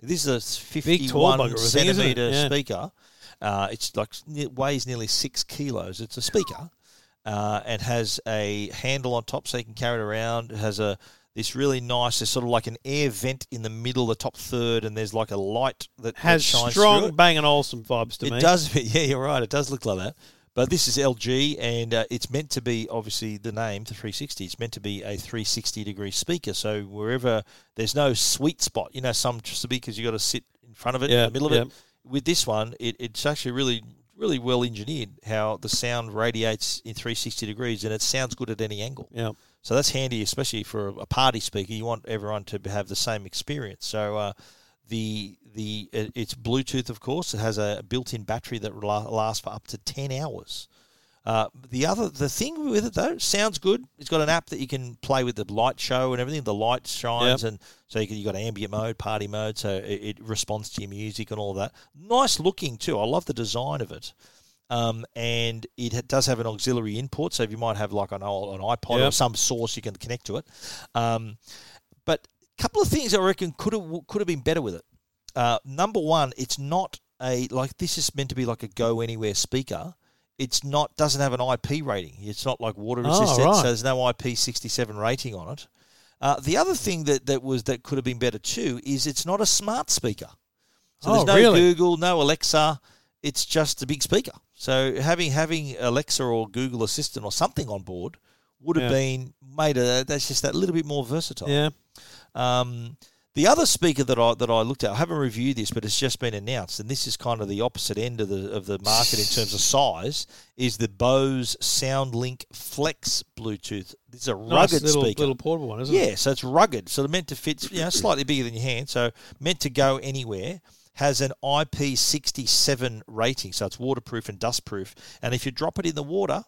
S1: This is a
S2: Big tall
S1: 51
S2: bugger, I think, isn't it?
S1: centimeter
S2: Yeah.
S1: speaker. Uh, it's like ne- weighs nearly six kilos. It's a speaker uh, and has a handle on top so you can carry it around. It has a this really nice, there's sort of like an air vent in the middle, the top third, and there's like a light that that
S2: Has
S1: shines through
S2: strong
S1: it.
S2: Bang & Olufsen vibes to
S1: It
S2: me.
S1: does. Yeah, you're right. It does look like that. But this is LG, and uh, it's meant to be obviously the name, the 360. It's meant to be a 360 degree speaker. So wherever there's no sweet spot, you know, some speakers you got to sit in front of it,
S2: Yeah,
S1: in the middle of
S2: yeah.
S1: it. With this one, it, it's actually really, really well engineered. How the sound radiates in 360 degrees, and it sounds good at any angle.
S2: Yeah.
S1: So that's handy, especially for a party speaker. You want everyone to have the same experience. So uh, the the it- it's Bluetooth, of course. It has a built-in battery that la- lasts for up to ten hours. Uh, the other the thing with it though sounds good. It's got an app that you can play with the light show and everything. The light shines and so you can, you got ambient mode, party mode, so it, it responds to your music and all that. Nice looking too. I love the design of it. Um, and it ha- does have an auxiliary input, so if you might have like an old an iPod or
S2: Yep.
S1: some source you can connect to it. Um, but a couple of things I reckon could have could have been better with it. Uh, number one, it's not a like this is meant to be like a go anywhere speaker. It's not doesn't have an IP rating. It's not like water
S2: Oh,
S1: resistant,
S2: right.
S1: so there's no IP67 rating on it. Uh, the other thing that, that was that could have been better too is it's not a smart speaker. So
S2: Oh,
S1: there's no
S2: really?
S1: Google, no Alexa. It's just a big speaker. So having having Alexa or Google Assistant or something on board would have
S2: Yeah.
S1: been made a that's just that little bit more versatile.
S2: Yeah.
S1: Um, the other speaker that I that I looked at, I haven't reviewed this, but it's just been announced, and this is kind of the opposite end of the of the market in terms of size. Is the Bose SoundLink Flex Bluetooth? This is a
S2: Nice
S1: rugged
S2: little,
S1: speaker.
S2: little portable one, isn't it?
S1: Yeah, so it's rugged. So it's meant to fit, you know, slightly bigger than your hand. So meant to go anywhere. Has an IP67 rating, so it's waterproof and dustproof. And if you drop it in the water,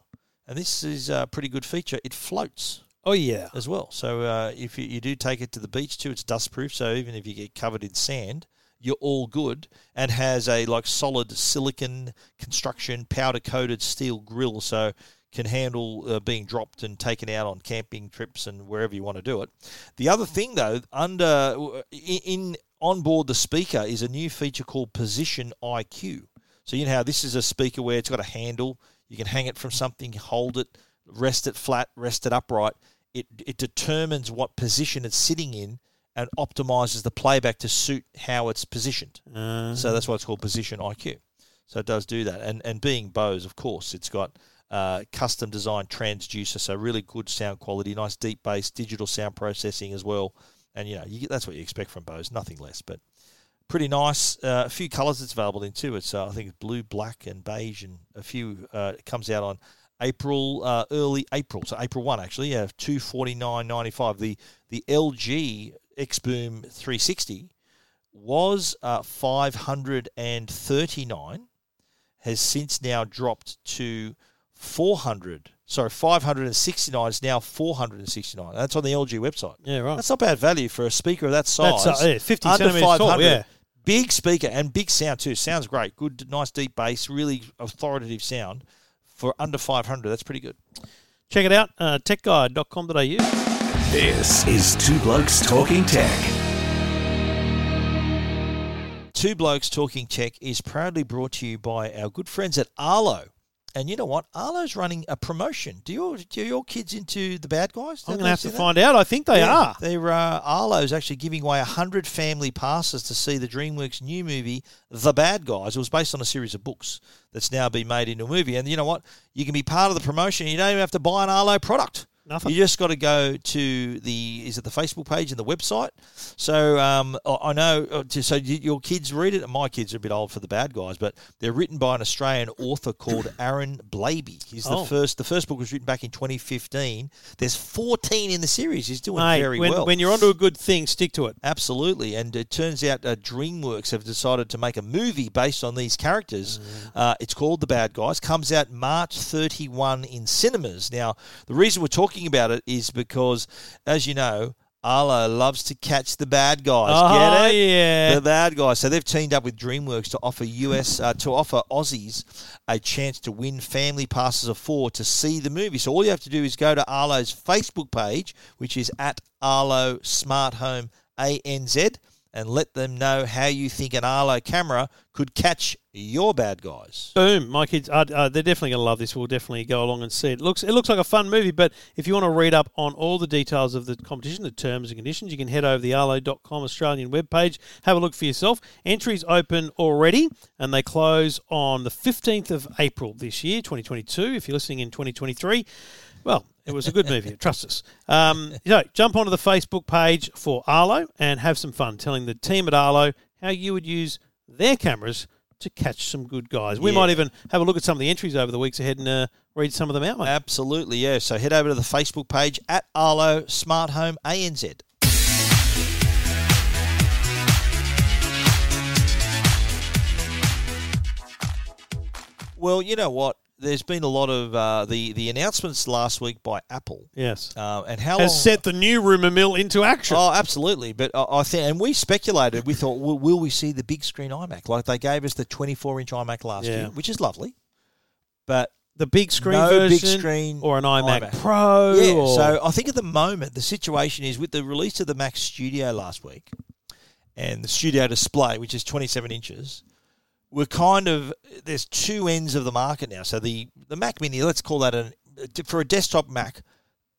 S1: and this is a pretty good feature, it floats
S2: Oh, yeah.
S1: as well. So uh, if you, you do take it to the beach too, it's dustproof. So even if you get covered in sand, you're all good. And has a like solid silicon construction, powder coated steel grill, so can handle uh, being dropped and taken out on camping trips and wherever you want to do it. The other thing though, under in, in on board the speaker is a new feature called Position IQ. So you know how this is a speaker where it's got a handle. You can hang it from something, hold it, rest it flat, rest it upright. It it determines what position it's sitting in and optimizes the playback to suit how it's positioned. So that's why it's called Position IQ. So it does do that. And and being Bose, of course, it's got uh, custom designed transducer, so really good sound quality, nice deep bass, digital sound processing as well. And you know you, get- that's what you expect from Bose, nothing less. But pretty nice. Uh, a few colours it's available in too. It's uh, I think it's blue, black, and beige, and a few. Uh, it comes out on April, uh, early April, so April one actually. Yeah, two forty nine ninety five. The the LG XBoom three sixty was uh, five hundred and thirty nine. Has since now dropped to four hundred. Sorry, five hundred and sixty nine is now four hundred and sixty nine. That's on the LG website.
S2: Yeah, right.
S1: That's not bad value for a speaker of that size.
S2: Oh. That's, uh, yeah, 50
S1: Under
S2: centimetres tall,
S1: 500.
S2: yeah.
S1: Big speaker and big sound too. Sounds great. Good, nice deep bass, really authoritative sound. For under 500, that's pretty good.
S2: Check it out, uh, techguide.com.au.
S4: This is Two Blokes Talking Tech.
S1: Two Blokes Talking Tech is proudly brought to you by our good friends at Arlo. And you know what? Arlo's running a promotion. Do your, do your kids into the bad guys?
S2: I'm
S1: Don't
S2: going
S1: they
S2: to have to
S1: see that?
S2: find out. I think they
S1: Yeah,
S2: are.
S1: They're, uh, Arlo's actually giving away 100 family passes to see the DreamWorks new movie, The Bad Guys. It was based on a series of books that's now been made into a movie. And you know what? You can be part of the promotion. You don't even have to buy an Arlo product.
S2: Nothing.
S1: You just got to go to the is it the Facebook page and the website. So um, I I know. uh, just- So you- your kids read it. and My kids are a bit old for the bad guys, but they're written by an Australian author called Aaron Blaby. He's the
S2: Oh.
S1: first. The first book was written back in 2015. There's 14 in the series. He's doing
S2: Mate,
S1: very
S2: when,
S1: well.
S2: when you're onto a good thing, stick to it.
S1: Absolutely, and it turns out uh, DreamWorks have decided to make a movie based on these characters.
S2: Mm-hmm.
S1: Uh, it's called The Bad Guys. Comes out March 31 in cinemas. Now, the reason we're talking about it is because, as you know, Arlo loves to catch the bad guys.
S2: Oh,
S1: Get it?
S2: yeah.
S1: The bad guys. So they've teamed up with DreamWorks to offer US uh, to offer Aussies a chance to win family passes of four to see the movie. So all you have to do is go to Arlo's Facebook page, which is at Arlo Smart Home ANZ, and let them know how you think an Arlo camera could catch your bad guys.
S2: Boom! My kids, are, uh, they're definitely going to love this. We'll definitely go along and see it. looks It looks like a fun movie, but if you want to read up on all the details of the competition, the terms and conditions, you can head over to the arlo.com Australian webpage. Have a look for yourself. Entries open already, and they close on the fifteenth of April this year, twenty twenty two. If you're listening in twenty twenty three, well, it was a good movie. Trust us. Um, so jump onto the Facebook page for Arlo and have some fun telling the team at Arlo how you would use their cameras to catch some good guys. We
S1: Yeah.
S2: might even have a look at some of the entries over the weeks ahead and uh, read some of them out, mate.
S1: Absolutely, yeah. So head over to the Facebook page at Arlo Smart Home ANZ. Well, you know what? There's been a lot of uh, the the announcements last week by Apple,
S2: yes.
S1: uh, and how long
S2: Has set the new rumor mill into action.
S1: Oh, absolutely. But I, I think, and we speculated. We thought, will, will we see the big screen iMac? Like they gave us the 24 inch iMac last
S2: Yeah.
S1: year, which is lovely. But
S2: the big screen
S1: no
S2: version
S1: big screen
S2: or an iMac,
S1: iMac.
S2: Pro.
S1: yeah,
S2: or-
S1: so I think at the moment the situation is with the release of the Mac Studio last week and the Studio display, which is 27 inches. We're kind of there's two ends of the market now. So the the Mac Mini, let's call that an for a desktop Mac,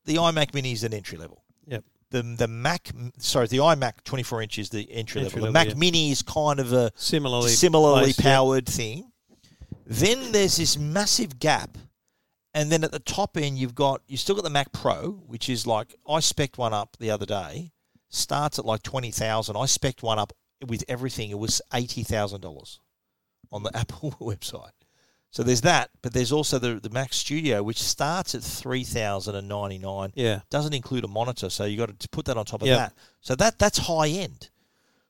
S1: the iMac Mini is an entry level.
S2: Yep.
S1: The the Mac, sorry, the iMac 24 inch is the entry, level.
S2: level,
S1: The Mac
S2: yeah.
S1: Mini is kind of a
S2: similarly,
S1: similarly
S2: placed, yeah.
S1: powered thing. Then there's this massive gap, and then at the top end you've got you still got the Mac Pro, which is like I spec one up the other day, starts at like twenty thousand. I spec one up with everything. It was eighty thousand dollars on the Apple website. So there's that, but there's also the the Mac Studio, which starts at three thousand and ninety nine
S2: Yeah.
S1: doesn't include a monitor, so you got to put that on top of
S2: Yeah.
S1: that. So that that's high end.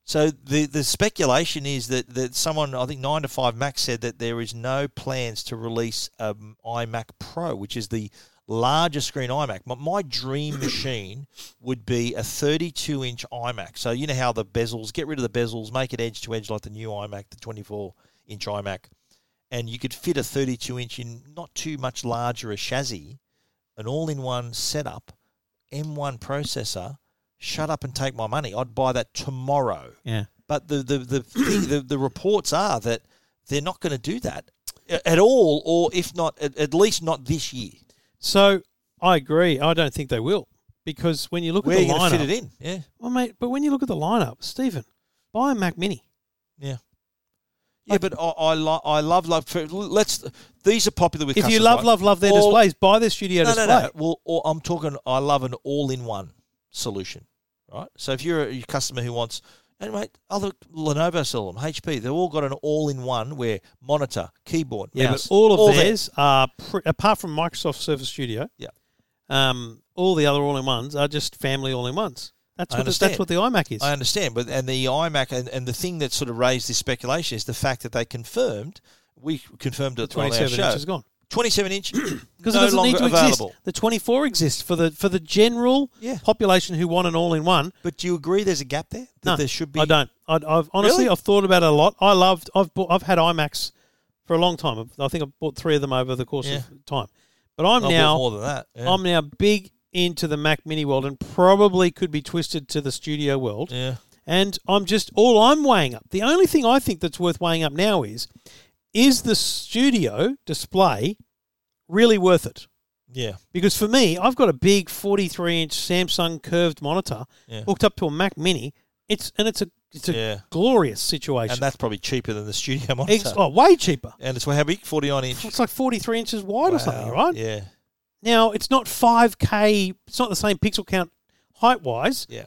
S1: So the the speculation is that that someone I think nine to five Mac said that there is no plans to release um, iMac Pro, which is the larger screen iMac. My, my dream machine would be a 32 inch iMac. So you know how the bezels get rid of the bezels, make it edge to edge like the new iMac, the 24 inch iMac, and you could fit a 32 inch in not too much larger a chassis, an all in one setup, M1 processor. Shut up and take my money. I'd buy that tomorrow.
S2: Yeah.
S1: But the the the thing, the, the reports are that they're not going to do that a- at all, or if not, at, at least not this year.
S2: So I agree. I don't think they will because when you look
S1: Where are
S2: at
S1: you
S2: the
S1: going to
S2: lineup,
S1: fit it in? Yeah,
S2: well, mate, but when you look at the lineup, Stephen, buy a Mac Mini.
S1: yeah, yeah. But I I, lo- I love love. For, let's these are popular with
S2: If you
S1: customers,
S2: love,
S1: right?
S2: love, love their
S1: All-
S2: displays, buy their studio
S1: No,
S2: display.
S1: no, no. Well, or I'm talking. I love an all-in-one solution, right? So if you're a a customer who wants, and mate, other Lenovo sell them, HP, they've all got an all-in-one where monitor, keyboard,
S2: Yeah,
S1: mouse,
S2: but all of
S1: there.
S2: theirs are pr- apart from Microsoft Surface Studio.
S1: Yeah.
S2: Um, all the other all-in-ones are just family all-in-ones. That's
S1: I
S2: what the, that's
S1: understand.
S2: what the iMac is.
S1: I understand, but and the iMac and, and the thing that sort of raised this speculation is the fact that they confirmed we confirmed it on our
S2: 27
S1: show.
S2: inches gone
S1: Twenty-seven inch,
S2: because
S1: no
S2: it doesn't
S1: longer
S2: need to
S1: available.
S2: exist. The 24 exists for the for the general
S1: Yeah.
S2: population who want an all-in-one.
S1: But do you agree there's a gap there? That
S2: no,
S1: there should be.
S2: I don't. I, I've honestly,
S1: Really?
S2: I've thought about it a lot. I loved. I've bought, I've had iMacs for a long time. I've- I think I've bought three of them over the course
S1: Yeah.
S2: of time. But I'm
S1: I bought
S2: now
S1: more than that. Yeah.
S2: I'm now big into the Mac Mini world and probably could be twisted to the studio world.
S1: yeah.
S2: And I'm just all I'm weighing up. The only thing I think that's worth weighing up now is is the studio display really worth it?
S1: Yeah.
S2: Because for me, I've got a big 43 inch Samsung curved monitor
S1: Yeah.
S2: hooked up to a Mac Mini. It's and it's a it's a
S1: Yeah.
S2: glorious situation.
S1: And that's probably cheaper than the studio monitor.
S2: Ex- oh, way cheaper.
S1: And it's how big? Forty-nine inch.
S2: It's like 43 inches wide or something,
S1: Wow.
S2: right?
S1: Yeah.
S2: Now, it's not 5K, it's not the same pixel count height wise,
S1: Yeah.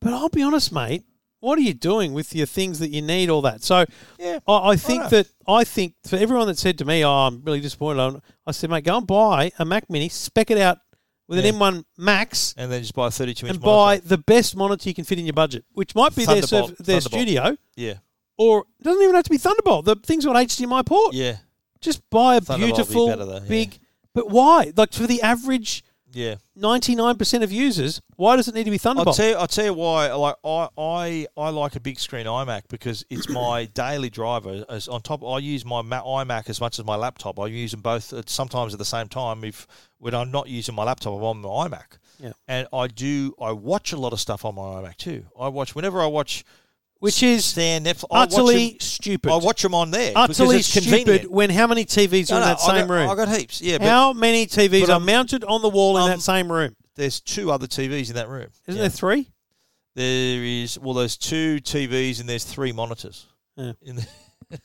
S2: but I'll be honest, mate. What are you doing with your things that you need all that? So
S1: Yeah.
S2: I, I
S1: I know.
S2: think that I think for everyone that said to me, "Oh, I'm really disappointed," I'm- I said, "Mate, go and buy a Mac Mini, spec it out with
S1: Yeah.
S2: an M1 Max,
S1: And then just buy a thirty-two inch.
S2: and buy the best monitor you can fit in your budget, which might be their serv-
S1: Thunderbolt.
S2: their
S1: Thunderbolt.
S2: studio,
S1: Yeah.
S2: or it doesn't even have to be Thunderbolt. The thing's on HDMI port.
S1: Yeah.
S2: Just buy a
S1: Thunderbolt would be
S2: beautiful,
S1: better though, yeah.
S2: big. But why? Like for the average
S1: Yeah.
S2: 99% of users, why does it need to be
S1: I'll
S2: Thunderbolt?
S1: tell you, I'll tell you why. Like I, I, I like a big screen iMac because it's my daily driver. As on top, I use my Ma- iMac as much as my laptop. I use them both at, sometimes at the same time. If when I'm not using my laptop, I'm on my iMac.
S2: Yeah.
S1: And I do. I watch a lot of stuff on my iMac too. I watch whenever I watch
S2: which is
S1: Stan Netflix.
S2: utterly
S1: I watch
S2: stupid.
S1: them, I watch 'em on there because
S2: utterly
S1: it's convenient.
S2: stupid when how many TVs are
S1: No,
S2: in
S1: no,
S2: that
S1: I
S2: same
S1: got,
S2: room?
S1: I got heaps. Yeah, but
S2: how many TVs
S1: but
S2: are
S1: I'm-
S2: mounted on the wall in
S1: I'm-
S2: that same room?
S1: there's two other TVs in that room.
S2: Isn't
S1: Yeah.
S2: there three?
S1: There is well, there's two TVs and there's three monitors.
S2: Yeah.
S1: In the,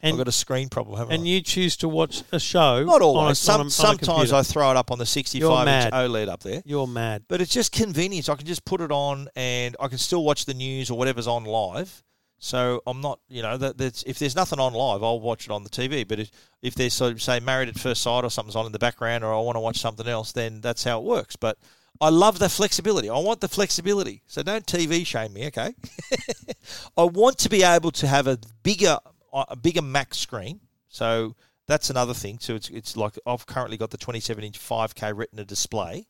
S2: And-
S1: I've got a screen problem, haven't
S2: And
S1: I?
S2: you choose to watch a show.
S1: Not always.
S2: On a, on a-
S1: Some,
S2: on a
S1: sometimes
S2: computer.
S1: I throw it up on the
S2: You're
S1: 65
S2: mad.
S1: inch OLED up there,
S2: You're mad.
S1: but it's just convenience. I can just put it on and I can still watch the news or whatever's on live. So I'm not, you know, that that's, if there's nothing on live, I'll watch it on the TV. But if, if there's sort of say Married at First Sight or something's on in the background, or I want to watch something else, then that's how it works. But I love the flexibility. I want the flexibility. So don't TV shame me, okay? I want to be able to have a bigger uh, a bigger Mac screen. So that's another thing. So it's it's like I've currently got the 27 inch 5K Retina display.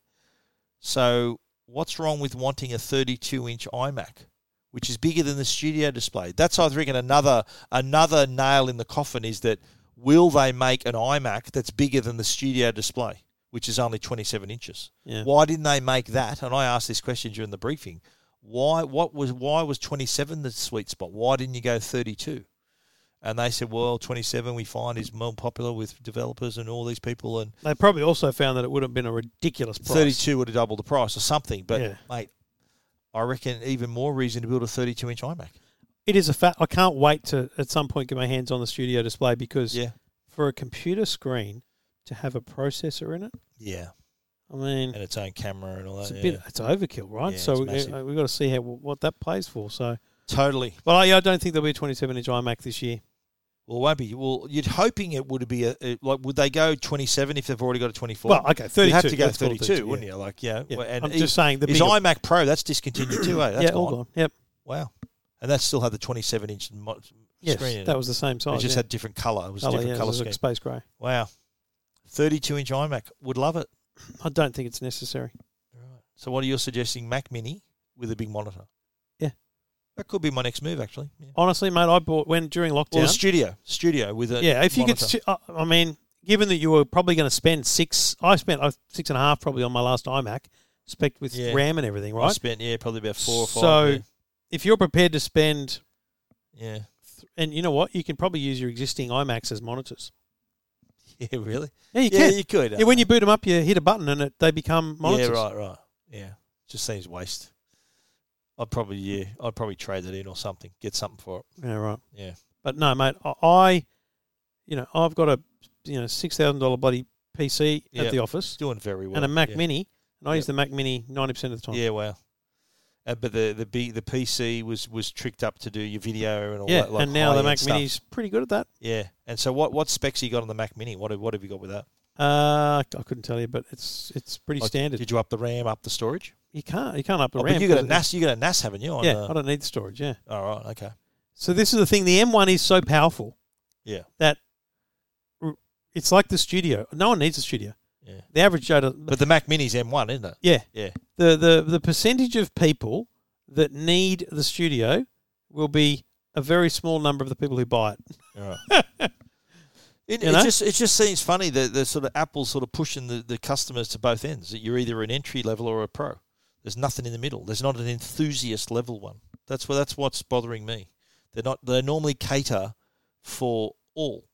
S1: So what's wrong with wanting a 32 inch iMac, which is bigger than the studio display? That's I reckon another another nail in the coffin is that will they make an iMac that's bigger than the studio display, which is only 27 inches?
S2: Yeah.
S1: Why didn't they make that? And I asked this question during the briefing. Why what was why was 27 the sweet spot? Why didn't you go 32? And they said, well, 27 we find is more popular with developers and all these people and
S2: They probably also found that it would have been a ridiculous price.
S1: 32 would have doubled the price or something. But
S2: Yeah.
S1: mate, I reckon even more reason to build a 32 inch iMac.
S2: It is a fact. I can't wait to at some point get my hands on the studio display because
S1: Yeah,
S2: for a computer screen to have a processor in it,
S1: yeah,
S2: I mean,
S1: and its own camera and all that.
S2: it's a
S1: yeah.
S2: bit it's overkill, right?
S1: Yeah,
S2: so
S1: it's
S2: we,
S1: massive.
S2: uh, we've got to see how what that plays for. So,
S1: totally.
S2: but I, I don't think there'll be a 27 inch iMac this year.
S1: Well, it won't be. Well, you'd hoping it would be a, a- like. Would they go 27 if they've already got a 24?
S2: Well, okay, 32.
S1: You'd have to go
S2: Let's call it
S1: 32, wouldn't you? Like, yeah.
S2: Yeah.
S1: well, and
S2: I'm
S1: he-
S2: just saying the
S1: his
S2: bigger-
S1: iMac Pro that's discontinued too. Eh? That's
S2: yeah,
S1: gone.
S2: all gone. Yep.
S1: Wow. And that still had the 27 inch mo-
S2: Yes,
S1: screen. in
S2: that
S1: it.
S2: was the same
S1: It
S2: size.
S1: just
S2: yeah.
S1: had different color. It was a
S2: Colour,
S1: different
S2: yeah, it
S1: color
S2: was
S1: scheme.
S2: like space grey.
S1: Wow. 32 inch iMac. Would love it.
S2: I don't think it's necessary.
S1: Right. So what are you suggesting? Mac Mini with a big monitor.
S2: Yeah.
S1: that could be my next move actually. Yeah.
S2: Honestly, mate, I bought when during lockdown.
S1: Well, the studio, studio with a
S2: yeah, if you could,
S1: monitor.
S2: stu- I I mean, given that you were probably going to spend six, I spent uh, six and a half probably on my last iMac, spec with
S1: Yeah.
S2: RAM and everything,
S1: I
S2: right?
S1: spent yeah probably about four or five.
S2: So
S1: yeah.
S2: if you're prepared to spend,
S1: yeah,
S2: and you know what, you can probably use your existing iMacs as monitors.
S1: yeah, really,
S2: Yeah, you
S1: yeah,
S2: can.
S1: you could.
S2: yeah, when you boot them up, you hit a button and it, they become monitors.
S1: Yeah, right, right. Yeah, just seems waste. I'd probably yeah, I'd probably trade it in or something, get something for it.
S2: Yeah, right.
S1: Yeah,
S2: But no, mate, I- I, you know, I've got a you know six thousand dollar bloody PC
S1: Yeah.
S2: at the office.
S1: it's doing very well.
S2: and a Mac
S1: yeah.
S2: Mini, and I
S1: Yeah.
S2: use the Mac Mini ninety percent of the time.
S1: Yeah, wow. Uh, but the the B, the PC was was tricked up to do your video and all
S2: Yeah,
S1: that. Like
S2: and now the
S1: high-end
S2: Mac
S1: stuff.
S2: Mini's pretty good at that.
S1: Yeah, and so what what specs you got on the Mac Mini? What have- what have you got with that?
S2: Uh, I couldn't tell you, but it's it's pretty
S1: Like,
S2: standard.
S1: Did you up the RAM, up the storage?
S2: You can't you can't up the
S1: Oh,
S2: RAM.
S1: but you got a uh,
S2: 'cause of
S1: NAS, you got a NAS, haven't you?
S2: the-
S1: On
S2: Yeah,
S1: the-
S2: I don't need the storage. Yeah.
S1: All right. Okay.
S2: So this is the thing. The M1 is so powerful.
S1: Yeah.
S2: That r- it's like the studio. No one needs the studio.
S1: Yeah.
S2: The average Joe does
S1: But the Mac Mini's M1, isn't it?
S2: yeah.
S1: Yeah.
S2: The the the percentage of people that need the studio will be a very small number of the people who buy it.
S1: All right. It,
S2: You
S1: it
S2: know?
S1: just it just seems funny that the sort of Apple sort of pushing the, the customers to both ends. That you're either an entry level or a pro. There's nothing in the middle. There's not an enthusiast level one. That's what that's what's bothering me. They're not they normally cater for all.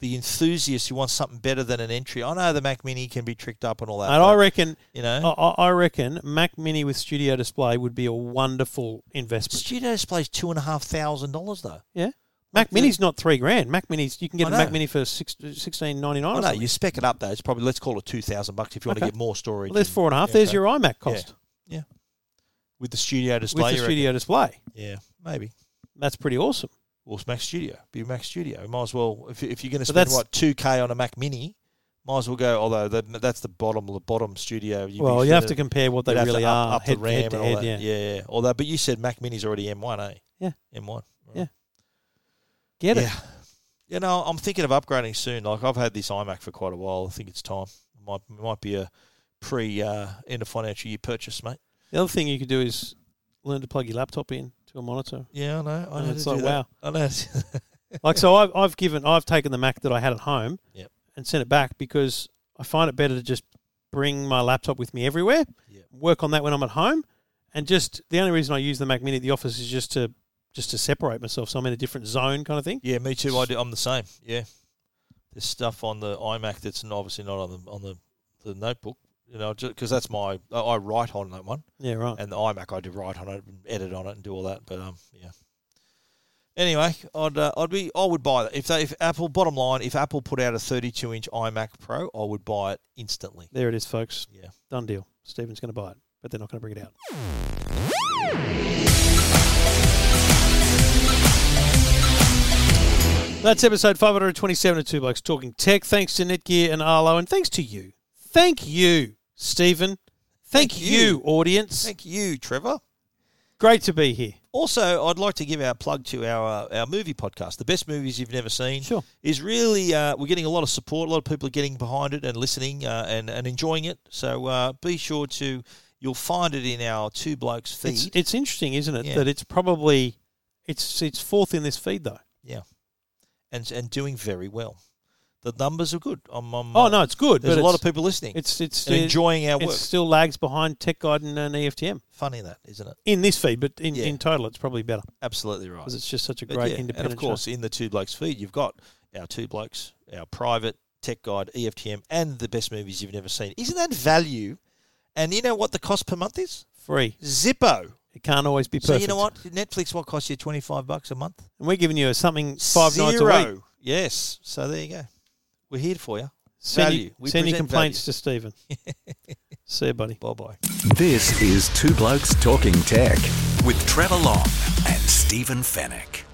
S1: The enthusiast who wants something better than an entry. I know the Mac Mini can be tricked up and all that.
S2: And I oh.
S1: but,
S2: reckon
S1: you know
S2: I, I I reckon Mac Mini with Studio Display would be a wonderful investment.
S1: Studio Display's two and a half thousand dollars though.
S2: Yeah, Mac
S1: Yeah.
S2: Mini's not three grand. Mac Mini's you can get
S1: I
S2: a
S1: know.
S2: Mac Mini for six, sixteen ninety nine.
S1: I
S2: or
S1: know
S2: something.
S1: you spec it up though. It's probably let's call it two thousand bucks if you want to
S2: Okay.
S1: get more storage.
S2: Well, there's
S1: and-
S2: four and a half.
S1: yeah,
S2: There's
S1: okay.
S2: your iMac cost
S1: with the studio display.
S2: with the
S1: you
S2: Studio Display.
S1: reckon? Yeah, maybe.
S2: That's pretty awesome.
S1: Or it's Mac Studio. Be Mac Studio. Might as well if, if you're going to spend
S2: that's-
S1: what two k on a Mac Mini, might as well go. Although the, that's the bottom, the bottom studio. You'd be
S2: well, you have to
S1: fitter-
S2: compare what they
S1: you'd have to
S2: really
S1: up,
S2: are.
S1: Up
S2: head,
S1: the RAM
S2: head to
S1: and
S2: head,
S1: all
S2: yeah.
S1: that. Yeah. yeah. Although, but you said Mac Mini's already M1, eh?
S2: Yeah.
S1: M1. Right.
S2: Yeah. Get it?
S1: Yeah. You know, I'm thinking of upgrading soon. Like I've had this iMac for quite a while. I think it's time. Might might be a pre uh, end of financial year purchase, mate.
S2: The other thing you could do is learn to plug your laptop in to a monitor.
S1: Yeah, I know. I know
S2: And Oh, it's
S1: to
S2: like,
S1: do that. I know.
S2: Like so, I've, I've given I've taken the Mac that I had at home
S1: Yep.
S2: and sent it back because I find it better to just bring my laptop with me everywhere.
S1: Yep.
S2: Work on that when I'm at home, and just the only reason I use the Mac Mini at the office is just to just to separate myself, so I'm in a different zone, kind of thing.
S1: yeah, me too. I do, I'm the same. Yeah, there's stuff on the iMac that's not- obviously not on the on the, the notebook. You know, because that's my I- I write on that one,
S2: Yeah, right.
S1: and the iMac I do write on it, and edit on it, and do all that. But um, yeah. Anyway, I'd uh, I'd be I would buy that if they if Apple bottom line if Apple put out a 32 inch iMac Pro, I would buy it instantly.
S2: There it is, folks.
S1: Yeah.
S2: Done deal. Stephen's going to buy it, but they're not going to bring it out. That's episode 527 of Two Blokes Talking Tech. Thanks to Netgear and Arlo, and thanks to you. Thank you, Stephen. Thank,
S1: Thank
S2: you,
S1: you.
S2: audience.
S1: Thank you, Trevor.
S2: Great to be here.
S1: Also, I'd like to give our plug to our uh, our movie podcast, the best movies you've never seen.
S2: Sure.
S1: is really uh, we're getting a lot of support. A lot of people are getting behind it and listening uh, and and enjoying it. So uh, be sure to you'll find it in our two blokes feed.
S2: It's, it's interesting, isn't it,
S1: Yeah.
S2: that it's probably it's it's fourth in this feed though.
S1: yeah, and and doing very well. The numbers are good. I'm, I'm,
S2: Oh
S1: uh,
S2: no, it's good.
S1: there's
S2: but
S1: a lot of
S2: it's-
S1: people listening.
S2: It's it's
S1: and
S2: it-
S1: enjoying our
S2: it
S1: work.
S2: still lags behind Tech Guide and, and E EFTM
S1: Funny that, isn't it?
S2: in this feed, but in,
S1: Yeah.
S2: in total, it's probably better
S1: Absolutely right.
S2: because it's just such a
S1: But
S2: great
S1: yeah, And
S2: independent.
S1: of course, in the two blokes feed, you've got our two blokes, our private tech guide, E EFTM, and the best movies you've never seen. Isn't that value? And you know what the cost per month is?
S2: show. free.
S1: Zippo.
S2: It can't always be perfect.
S1: So you know what? Netflix what costs you twenty five bucks a month?
S2: And we're giving you something five nights a week.
S1: Zero. Yes. So there you go. We're here for you.
S2: Send,
S1: Value.
S2: you,
S1: We
S2: send your
S1: present
S2: complaints to Stephen. See you, buddy.
S1: Bye bye.
S4: This is Two Blokes Talking Tech with Trevor Long and Stephen Fennec.